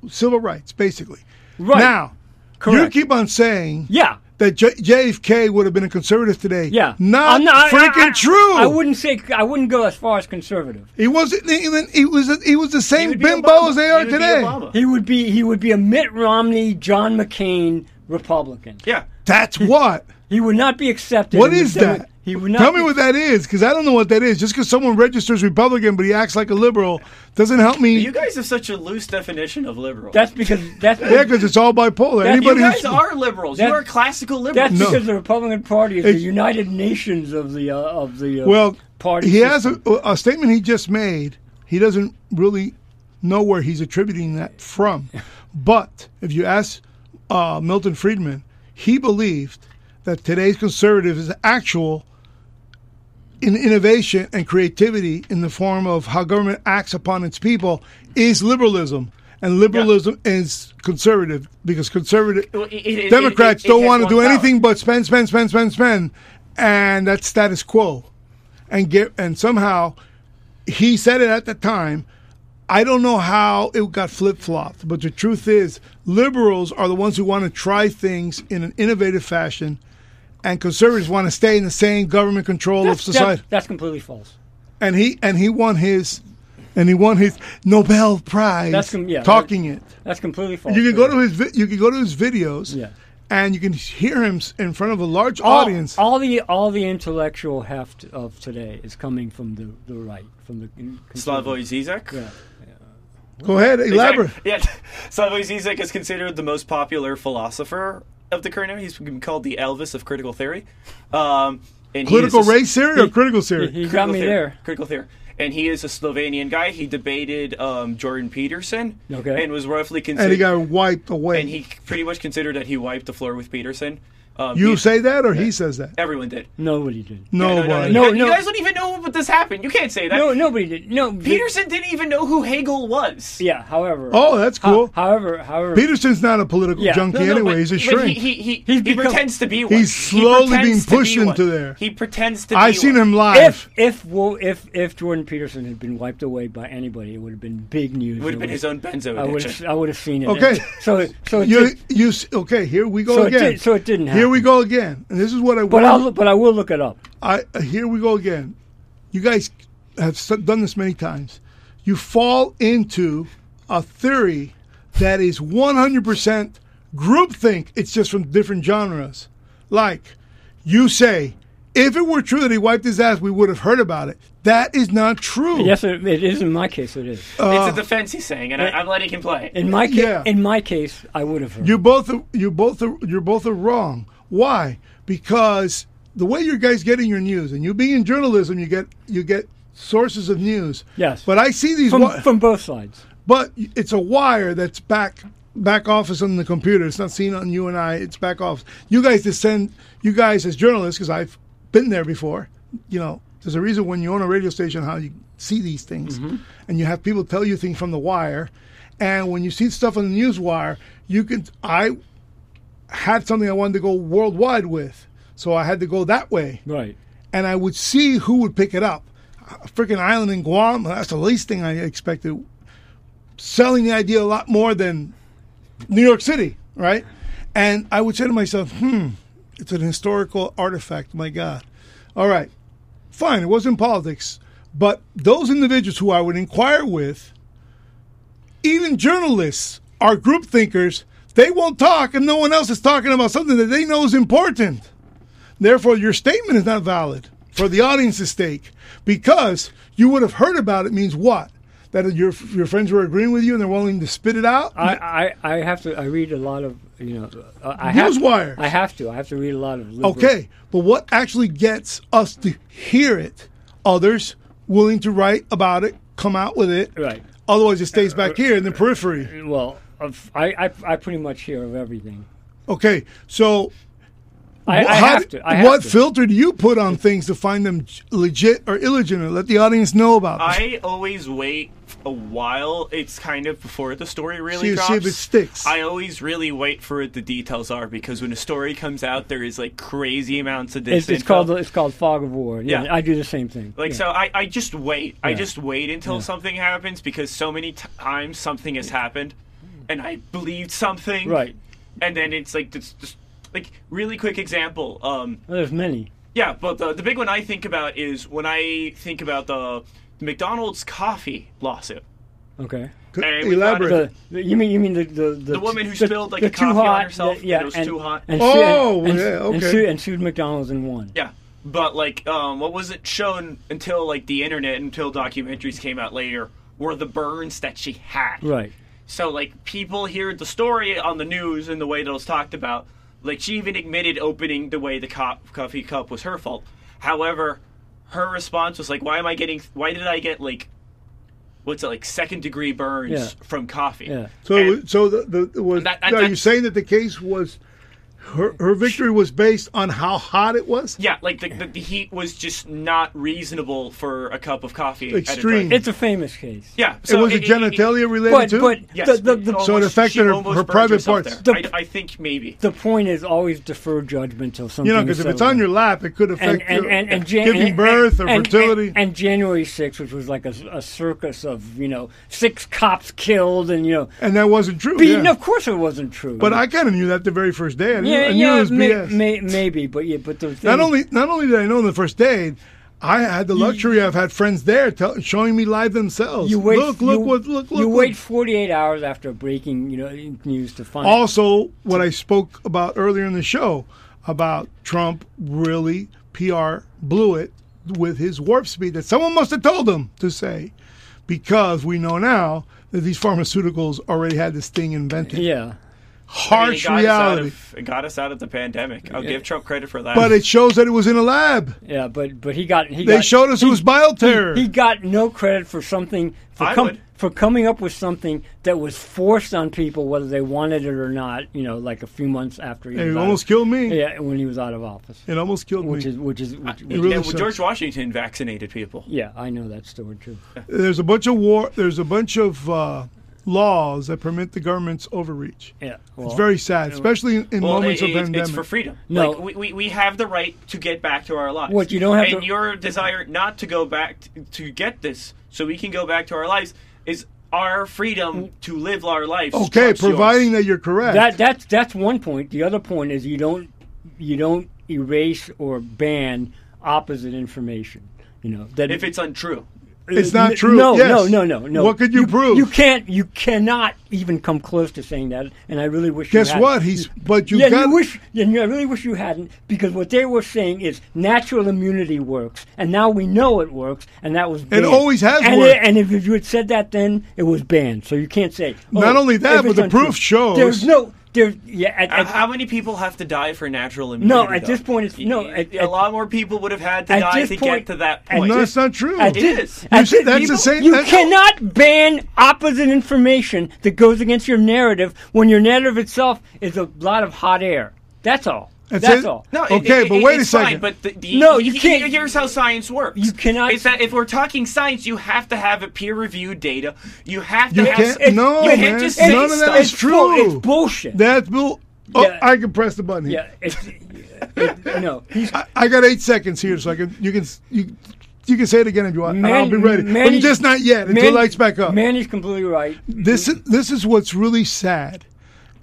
civil rights, basically.
Right.
Now,
Correct.
you keep on saying
yeah.
that J- JFK would have been a conservative today.
Yeah,
Not,
I'm I-
freaking
I- I-
true.
I wouldn't say I wouldn't go as far as conservative.
He wasn't even. He was. A, he was the
He
same
would be
bimbo
Obama.
as they
He
are
would be
today.
Obama.
He would be he would be a Mitt Romney, John McCain Republican.
Yeah.
That's what.
He would not be accepted.
What
in the
is
Demo-
that?
He would not.
Tell me
be-
what that is, because I don't know what that is. Just because someone registers Republican but he acts like a liberal doesn't help me.
You guys have such a loose definition of liberal.
That's because that's
yeah, because it's all bipolar.
That-
Anybody
you
who's,
guys are liberals.
that-
you are classical liberals.
that's
No.
because the Republican Party is
It's-
the United Nations of the uh, of the uh,
well,
party.
he has
system.
a, a statement he just made. He doesn't really know where he's attributing that from. But if you ask uh, Milton Friedman, he believed that today's conservative is actual in innovation and creativity in the form of how government acts upon its people is liberalism. And liberalism is conservative because conservative
Well, it- it- it-
Democrats
it- it
don't
has
want to
one
do
power.
anything but spend, spend, spend, spend, spend, and that's status quo. And get and somehow he said it at the time. I don't know how it got flip flopped, but the truth is, liberals are the ones who want to try things in an innovative fashion, and conservatives want to stay in the same government control
that's,
of society.
that's- that's completely false.
and he and he won his, and he won his Nobel Prize
That's com- yeah,
talking it.
That's completely false.
You can go to his vi- you can go to his videos
Yeah. Oh,
and you can hear him s- in front of a large audience.
All, all the all the intellectual heft of today is coming from the, the right, from the con- conservative-
Slavoj Zizek.
Yeah.
Go ahead, elaborate.
Yeah, Slavoj Zizek is considered the most popular philosopher of the current era. He's been called the Elvis of critical theory. Um, and he is
Political
a-
race theory or critical theory?
He got me
critical theory-
there.
Critical theory. And he is a Slovenian guy. He debated um, Jordan Peterson.
Okay.
And was roughly considered.
and he got wiped away.
and he pretty much considered that he wiped the floor with Peterson. Um,
you
he-
say that, or he says that?
everyone did.
Nobody did.
No,
no,
way.
you
No,
guys-
no.
You guys don't even know what this happened. You can't say that.
No, nobody did. No, the-
Peterson didn't even know who Hegel was.
Yeah. However.
Oh, that's
ho-
cool.
however, however.
Peterson's not a political
Yeah.
junkie
No, no,
anyway.
but-
he's a
but
shrink.
He, he, he,
He's
he
become-
pretends to be one.
He's
He
slowly
pretends
being
to be
pushed
one.
into there.
He pretends to be
I've seen
one.
him
if
live.
if Wo- if if Jordan Peterson had been wiped away by anybody, it would have been big news.
It would have been
I
his own benzo
I would have
addiction.
I would have seen it.
Okay.
So so it
you,
did-
you, s- okay, here we go
so it
again.
did, so it didn't happen.
here we go again. And this is what I
But I'll
want.
look- but I will look it up.
I uh, here we go again. You guys have s- done this many times. You fall into a theory that is 100% groupthink. It's just from different genres. Like you say, if it were true that he wiped his ass, we would have heard about it. That is not true.
Yes, it, it is in my case. It is
Oh.
it's a defense he's saying, and I, I'm letting him play.
in my case.
Uh, Yeah.
In my case, I would have heard.
You both, you both, are, you're both are wrong. Why? Because the way your guys getting your news, and you being in journalism, you get you get sources of news.
Yes.
But I see these
from
wi-
from both sides.
but it's a wire that's back back office on the computer. It's not seen on you and I. It's back office. You guys descend. You guys as journalists, because I've been there before. You know, there's a reason when you own a radio station how you see these things, and you have people tell you things from the wire, and when you see stuff on the news wire, you can. I had something I wanted to go worldwide with, so I had to go that way
Right.
and I would see who would pick it up. A freaking island in Guam, that's the least thing I expected. Selling the idea a lot more than New York City, right? And I would say to myself, hmm, it's an historical artifact, my God. All right, fine, it wasn't politics. But those individuals who I would inquire with, even journalists are group thinkers. They won't talk if no one else is talking about something that they know is important. Therefore, your statement is not valid for the audience's sake because you would have heard about it means what? That your, your friends were agreeing with you and they're willing to spit it out?
I, I, I have to. I read a lot of you know. Uh, I have,
Newswire.
I have to. I have to read a lot of. Liberal,
Okay, but what actually gets us to hear it? Others willing to write about it, come out with it.
Right.
Otherwise, it stays back here in the periphery.
Well, of, I, I I pretty much hear of everything.
Okay, so
I, I
how
have
d-
to. I have
what
to.
filter do you put on things to find them j- legit or illegitimate? Let the audience know about them.
I always wait a while. It's kind of before the story
See-
really
see
drops.
if it sticks.
I always really wait for what the details are because when a story comes out, there is like crazy amounts of
It's,
this.
it's called it's called fog of war. Yeah,
Yeah.
I do the same thing.
Like
yeah.
so, I, I just wait. I
Yeah.
just wait until something happens because so many t- times something has happened, and I believed something.
Right.
And then it's like this, this like really quick example. Um,
Well, Oh, there's many.
yeah, but the the big one I think about is when I think about the McDonald's coffee lawsuit.
Okay.
C-
Hey, we got it.
Elaborate.
The, the- you mean you mean the the, the,
The woman who
the-
spilled, like,
the
a
too
coffee on
hot,
herself
the- yeah,
and it was
and,
too hot?
And sued-
Oh,
and,
yeah,
and
okay.
sued, and sued McDonald's and won.
Yeah, but like, um, what wasn't shown until like the internet, until documentaries came out later, were the burns that she had.
Right.
So like, people hear the story on the news and the way that it was talked about. Like, she even admitted opening the way the cop, coffee cup was her fault. However, her response was like, "Why am I getting? Why did I get like?" What's it like? Second degree burns
Yeah.
from coffee.
Yeah.
So,
And-
so the, the was
That- that-
are you
that's-
saying that the case was her her victory was based on how hot it was?
yeah, like the, the, the heat was just not reasonable for a cup of coffee. at a drive-thru.
Extreme.
It's a famous case.
Yeah.
it was a genitalia related
But
to.
but
Yes,
the, the, the,
almost-
So it affected
she
her-
almost
her
burned
private
herself
parts.
there.
The-
I, I think maybe.
the point is always defer judgment till something.
you know,
is
because if it's
settled.
on your lap, it could affect
and and
your
and, and Jan-
giving
and-
birth or
and-
fertility.
And, and January 6th, which was like a, a circus of you know six cops killed and you know
And that wasn't true.
beaten.
yeah.
Of course, it wasn't true.
But I kind of knew that the very first day. I, knew,
yeah
I knew
yeah
it was
may-
BS.
may- maybe but yeah but the thing,
not only not only did I know on the first day, I had the luxury. I've had friends there tell, showing me live themselves.
You wait.
look, look,
you,
what, look, look.
You
look.
wait 48 hours after breaking, you know, news to find.
Also, what I spoke about earlier in the show about Trump really PR blew it with his warp speed that someone must have told him to say, because we know now that these pharmaceuticals already had this thing invented.
yeah.
I mean, it
Harsh
got us out
reality.
of- it got us out of the pandemic. I'll give Trump credit for that.
But it shows that it was in a lab.
Yeah, but but he got he
They
got,
showed us it was bioterror.
he got no credit for something for
I would.
for coming up with something that was forced on people whether they wanted it or not. You know, like a few months after he
It
was out
almost
of,
killed me.
Yeah, when he was out of office,
It almost killed
which
me.
is which is which,
Yeah,
really
well,
sucks.
George Washington vaccinated people.
yeah, I know that story too.
there's a bunch of war. There's a bunch of uh, laws that permit the government's overreach.
Yeah,
It's very sad, especially in, in
Well,
moments
it-
of
it-
pandemic.
it's for freedom.
No.
Like, we, we, we have the right to get back to our lives.
What, you don't have
and
to-
your desire not to go back t- to get this so we can go back to our lives is our freedom to live our lives.
Okay,
Trump's yours.
providing that you're correct.
that that's that's one point. The other point is you don't you don't erase or ban opposite information. You know that
If it's untrue.
It's not true.
uh, No,
Yes.
no, no, no, no.
What could you prove?
You can't. You cannot even come close to saying that. And I really wish.
Guess
you hadn't.
what? He's but you
yeah,
got
you wish. Yeah, I really wish you hadn't, because what they were saying is natural immunity works, and now we know it works, and that was banned.
always has
and
worked.
and if you had said that, then it was banned. So you can't say. oh,
Not only that,
if
but
it's
the
untrue.
proof shows-
There's no. There's yeah. At,
Uh,
at,
How many people have to die for natural immunity?
No, at this
though?
point, it's-
Y-
no,
y-
at-
a
at-
lot more people would have had to
at
die
this
to
point-
get to that
at
point.
no,
this-
it's not true.
at
It
this-
is.
at
You said-
this-
that's the same-
You
that's-
cannot ban opposite information that goes against your narrative when your narrative itself is a lot of hot air. That's all.
That's
That's,
it?
all.
No, it-
Okay,
it-
but
it-
wait a
it's fine,
second.
but the, the,
No, you
he-
can't-
Here's how science works.
You cannot-
It's that if we're talking science, you have to have a peer-reviewed data. You have to
You
have.
can't-
s-
no,
you
man.
can't just
None
say
of that
stuff.
is
it's bull-
true.
it's bullshit.
that will. Oh,
Yeah.
I can press the button. Here.
yeah, it's, it- no. He's,
I, I got eight seconds here, so I can you can you you can say it again if you want. and I'll be
Man-
ready,
man-
but just not yet until
Manny-
lights back up.
Manny's completely right.
This is this is what's really sad,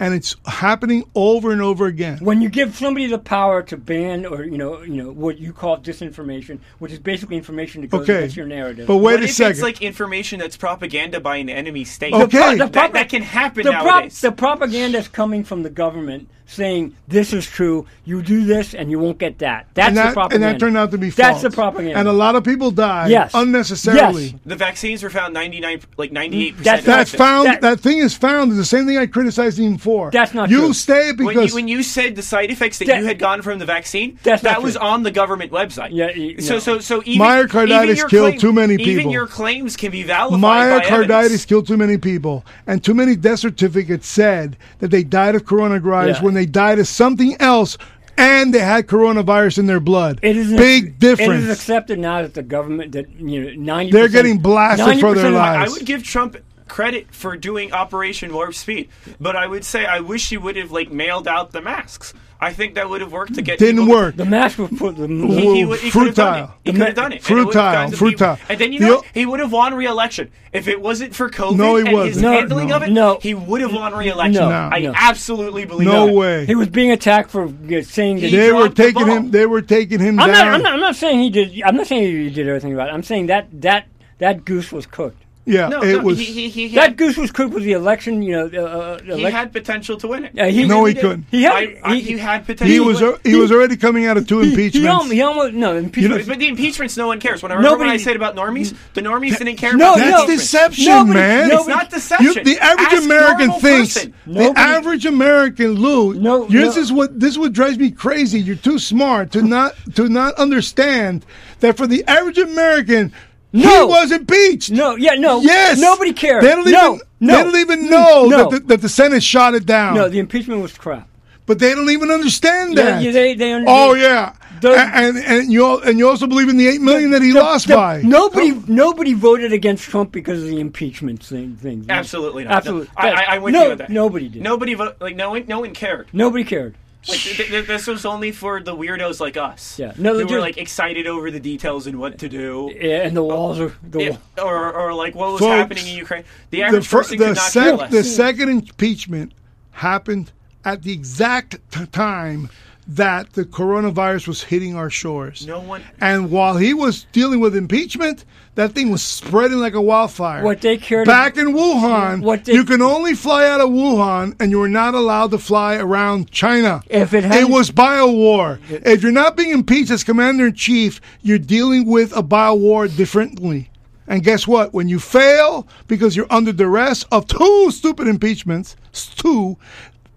and it's happening over and over again.
When you give somebody the power to ban or you know you know what you call disinformation, which is basically information that goes
Okay.
against your narrative.
But wait
What
a
if
second.
it's like information that's propaganda by an enemy state?
Okay.
pro-
That-
prop-
that can happen
the
nowadays.
the propaganda is coming from the government saying this is true. You do this and you won't get that. That's
and
the
that, and
propaganda.
that turned out to be
That's
false.
the propaganda.
And a lot of people died
Yes.
unnecessarily.
Yes.
The vaccines were found 99, like 98 percent.
That's-
That
That's
found that,
That-
thing is found is the same thing I criticized him for.
That's not
you
true.
stay because
When you, when you said the side effects that,
That-
you had gotten from the vaccine,
That's not
that was
true.
on the government website.
Yeah, y-
So
no.
so so even
Myocarditis
even your
killed
claim-
too many
Even
people.
your claims can be validated.
myocarditis killed too many people, and too many death certificates said that they died of coronavirus
Yeah.
when they died of something else, and they had coronavirus in their blood.
It is an-
big
It is
difference.
accepted now that the government that you know ninety.
They're getting blasted for their
I
lives.
would give Trump credit for doing Operation Warp Speed, but I would say I wish he would have like mailed out the masks. I think that would have worked to get
Didn't
people-
work.
The mask was put. The,
He, he, would- he could have done it.
Fruitile.
He could have done it. And it
Fruitile,
would have gotten the people-
fruitile.
And then you
The
know
o-
what? he would have won re-election if it wasn't for COVID
No, he
and his
wasn't.
No,
handling
no,
of it.
no.
he would have won re-election.
No,
No.
I
no.
absolutely believe.
no
that.
way.
he was being attacked for uh, saying that.
He
they were
dropped the
taking
ball.
him. They were taking him
I'm not,
down.
I'm not. I'm not saying he did. I'm not saying he did everything about it. I'm saying that that that goose was cooked.
yeah,
No,
it
no,
was.
He, he, he, he,
That
had,
goose was cooked with the election. You know, uh, uh,
he
elec-
had potential to win it.
Yeah, he-
No,
really
he
did.
couldn't.
He had-
I- I-
he-
he had potential.
he
to
was.
win it.
al- He was already coming out of two
he, he,
impeachments.
almost, he almost no impeachment.
But the impeachments, no one cares. When I remember when I
Nobody-
said about normies, the normies didn't care.
No,
about the
That's
no.
impeachments.
deception,
Nobody-
man.
nobody-
It's not deception.
You- the average
Ask
American
normal
thinks.
person.
The
Nobody-
average American, Lou.
No,
you-
no.
This is what this is what drives me crazy. You're too smart to not to not understand that for the average American, he
No.
was impeached.
no, yeah, no.
Yes.
Nobody cared.
They don't even.
no, no, Hmm.
They don't even know
no.
that, the, that the Senate shot it down.
no. The impeachment was crap.
but they don't even understand
Yeah,
that.
yeah, they- they under-
oh yeah.
The-
and, and and you al- and you also believe in the eight million that he
The-
lost
the-
by.
Nobody, nobody voted against Trump because of the impeachment thing. thing.
Absolutely not.
Absolutely.
No. I, I, I went
no,
through with that.
Nobody did.
Nobody vote. Like no one. No one cared.
Nobody cared.
Like, th- th- this was only for the weirdos like us.
Yeah. No,
who
legit-
were like excited over the details and what to do.
Yeah, and the walls are the
Yeah,
wall.
or, or like what was
Folks,
happening in Ukraine. The
the,
average
fir-
person
the,
could not
sec-
Hmm.
care less.
the second impeachment happened at the exact t- time that the coronavirus was hitting our shores.
No one-
And while he was dealing with impeachment, that thing was spreading like a wildfire.
What they cared
back in Wuhan,
What they-
you can only fly out of Wuhan, and you were not allowed to fly around China.
If it hadn't-
was bio war. If you're not being impeached as commander in chief, you're dealing with a bio war differently. And guess what? When you fail because you're under duress of two stupid impeachments, s- two,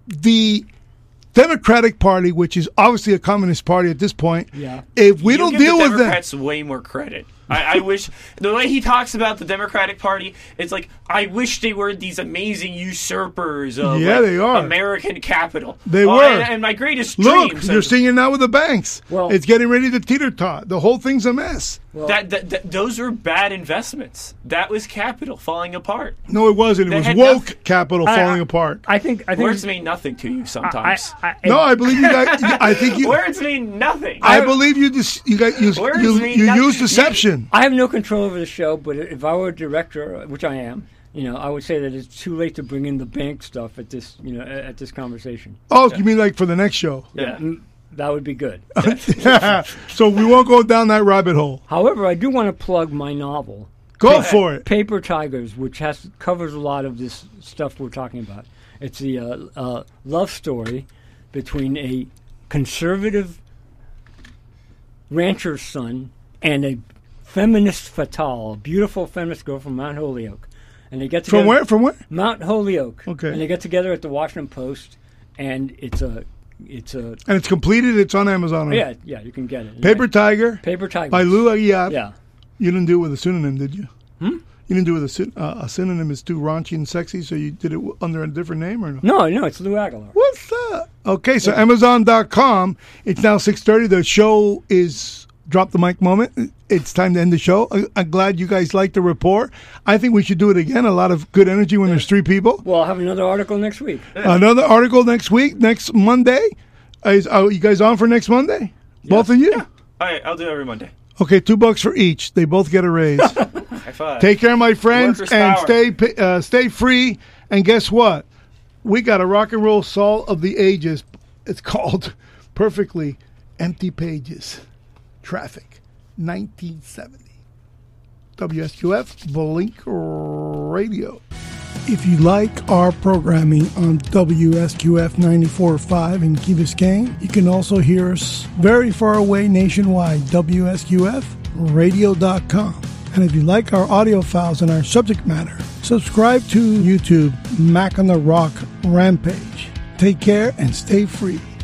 the Democratic Party, which is obviously a communist party at this point,
Yeah.
if we
You
don't
give
deal
the
with that,
Democrats way more credit. I, I wish the way he talks about the Democratic Party, it's like I wish they were these amazing usurpers of
Yeah,
like,
they are.
American capital.
They
Oh,
were.
and, and my greatest
look,
dreams.
you're seeing it now with the banks.
Well-
it's getting ready to teeter tot. The whole thing's a mess.
that, that, that those were bad investments. That was capital falling apart.
No, it wasn't. It
They
was
had
woke
nothing-
capital
I-
falling
I-
apart.
I think. I think.
Words mean nothing to you
I,
sometimes.
I,
no, I believe you guys. I think you.
Words mean nothing.
I believe you. Dis, you guys. You,
Words
you,
mean
you
nothing.
use deception.
I have no control over the show, but if I were a director, which I am, you know, I would say that it's too late to bring in the bank stuff at this, you know, at at this conversation.
Oh, you mean like for the next show?
yeah.
Mm, That would be good.
so we won't go down that rabbit hole.
However, I do want to plug my novel,
Go for it.
Paper Tigers, which has covers a lot of this stuff we're talking about. It's the uh, uh, love story between a conservative rancher's son and a feminist fatale, a beautiful feminist girl from Mount Holyoke, and they get together
From where? From where?
Mount Holyoke.
Okay.
and they get together at the Washington Post, and it's a it's a
And it's completed. It's on Amazon.
yeah yeah you can get it
Oh. Paper Tiger
paper tigers
by Lou Aguiar.
yeah
You didn't do it with a synonym, did you? Hmm? You didn't do it with a, syn- uh, a synonym. It's too raunchy and sexy, so you did it w- under a different name or no?
no no it's Lou Aguilar
What's up? Okay, so Amazon.com. It's now 6.30. The show is drop the mic moment. It's time to end the show. I, I'm glad you guys liked the report. I think we should do it again. A lot of good energy when there's three people.
well I'll have another article next week
Another article next week, next Monday. Is, are you guys on for next Monday? Both of you?
All right, I'll do it every Monday.
Okay, two bucks for each. They both get a raise.
High five.
Take care, my friends,
Workers'
and
power.
stay stay uh, stay free. And guess what? We got a rock and roll soul of the ages. It's called perfectly empty pages. Traffic, 1970. WSQF Blink Radio. If you like our programming on WSQF 94.5 in Key Biscayne, you can also hear us very far away nationwide, WSQFradio.com. And if you like our audio files and our subject matter, subscribe to YouTube Mac on the Rock Rampage. Take care and stay free.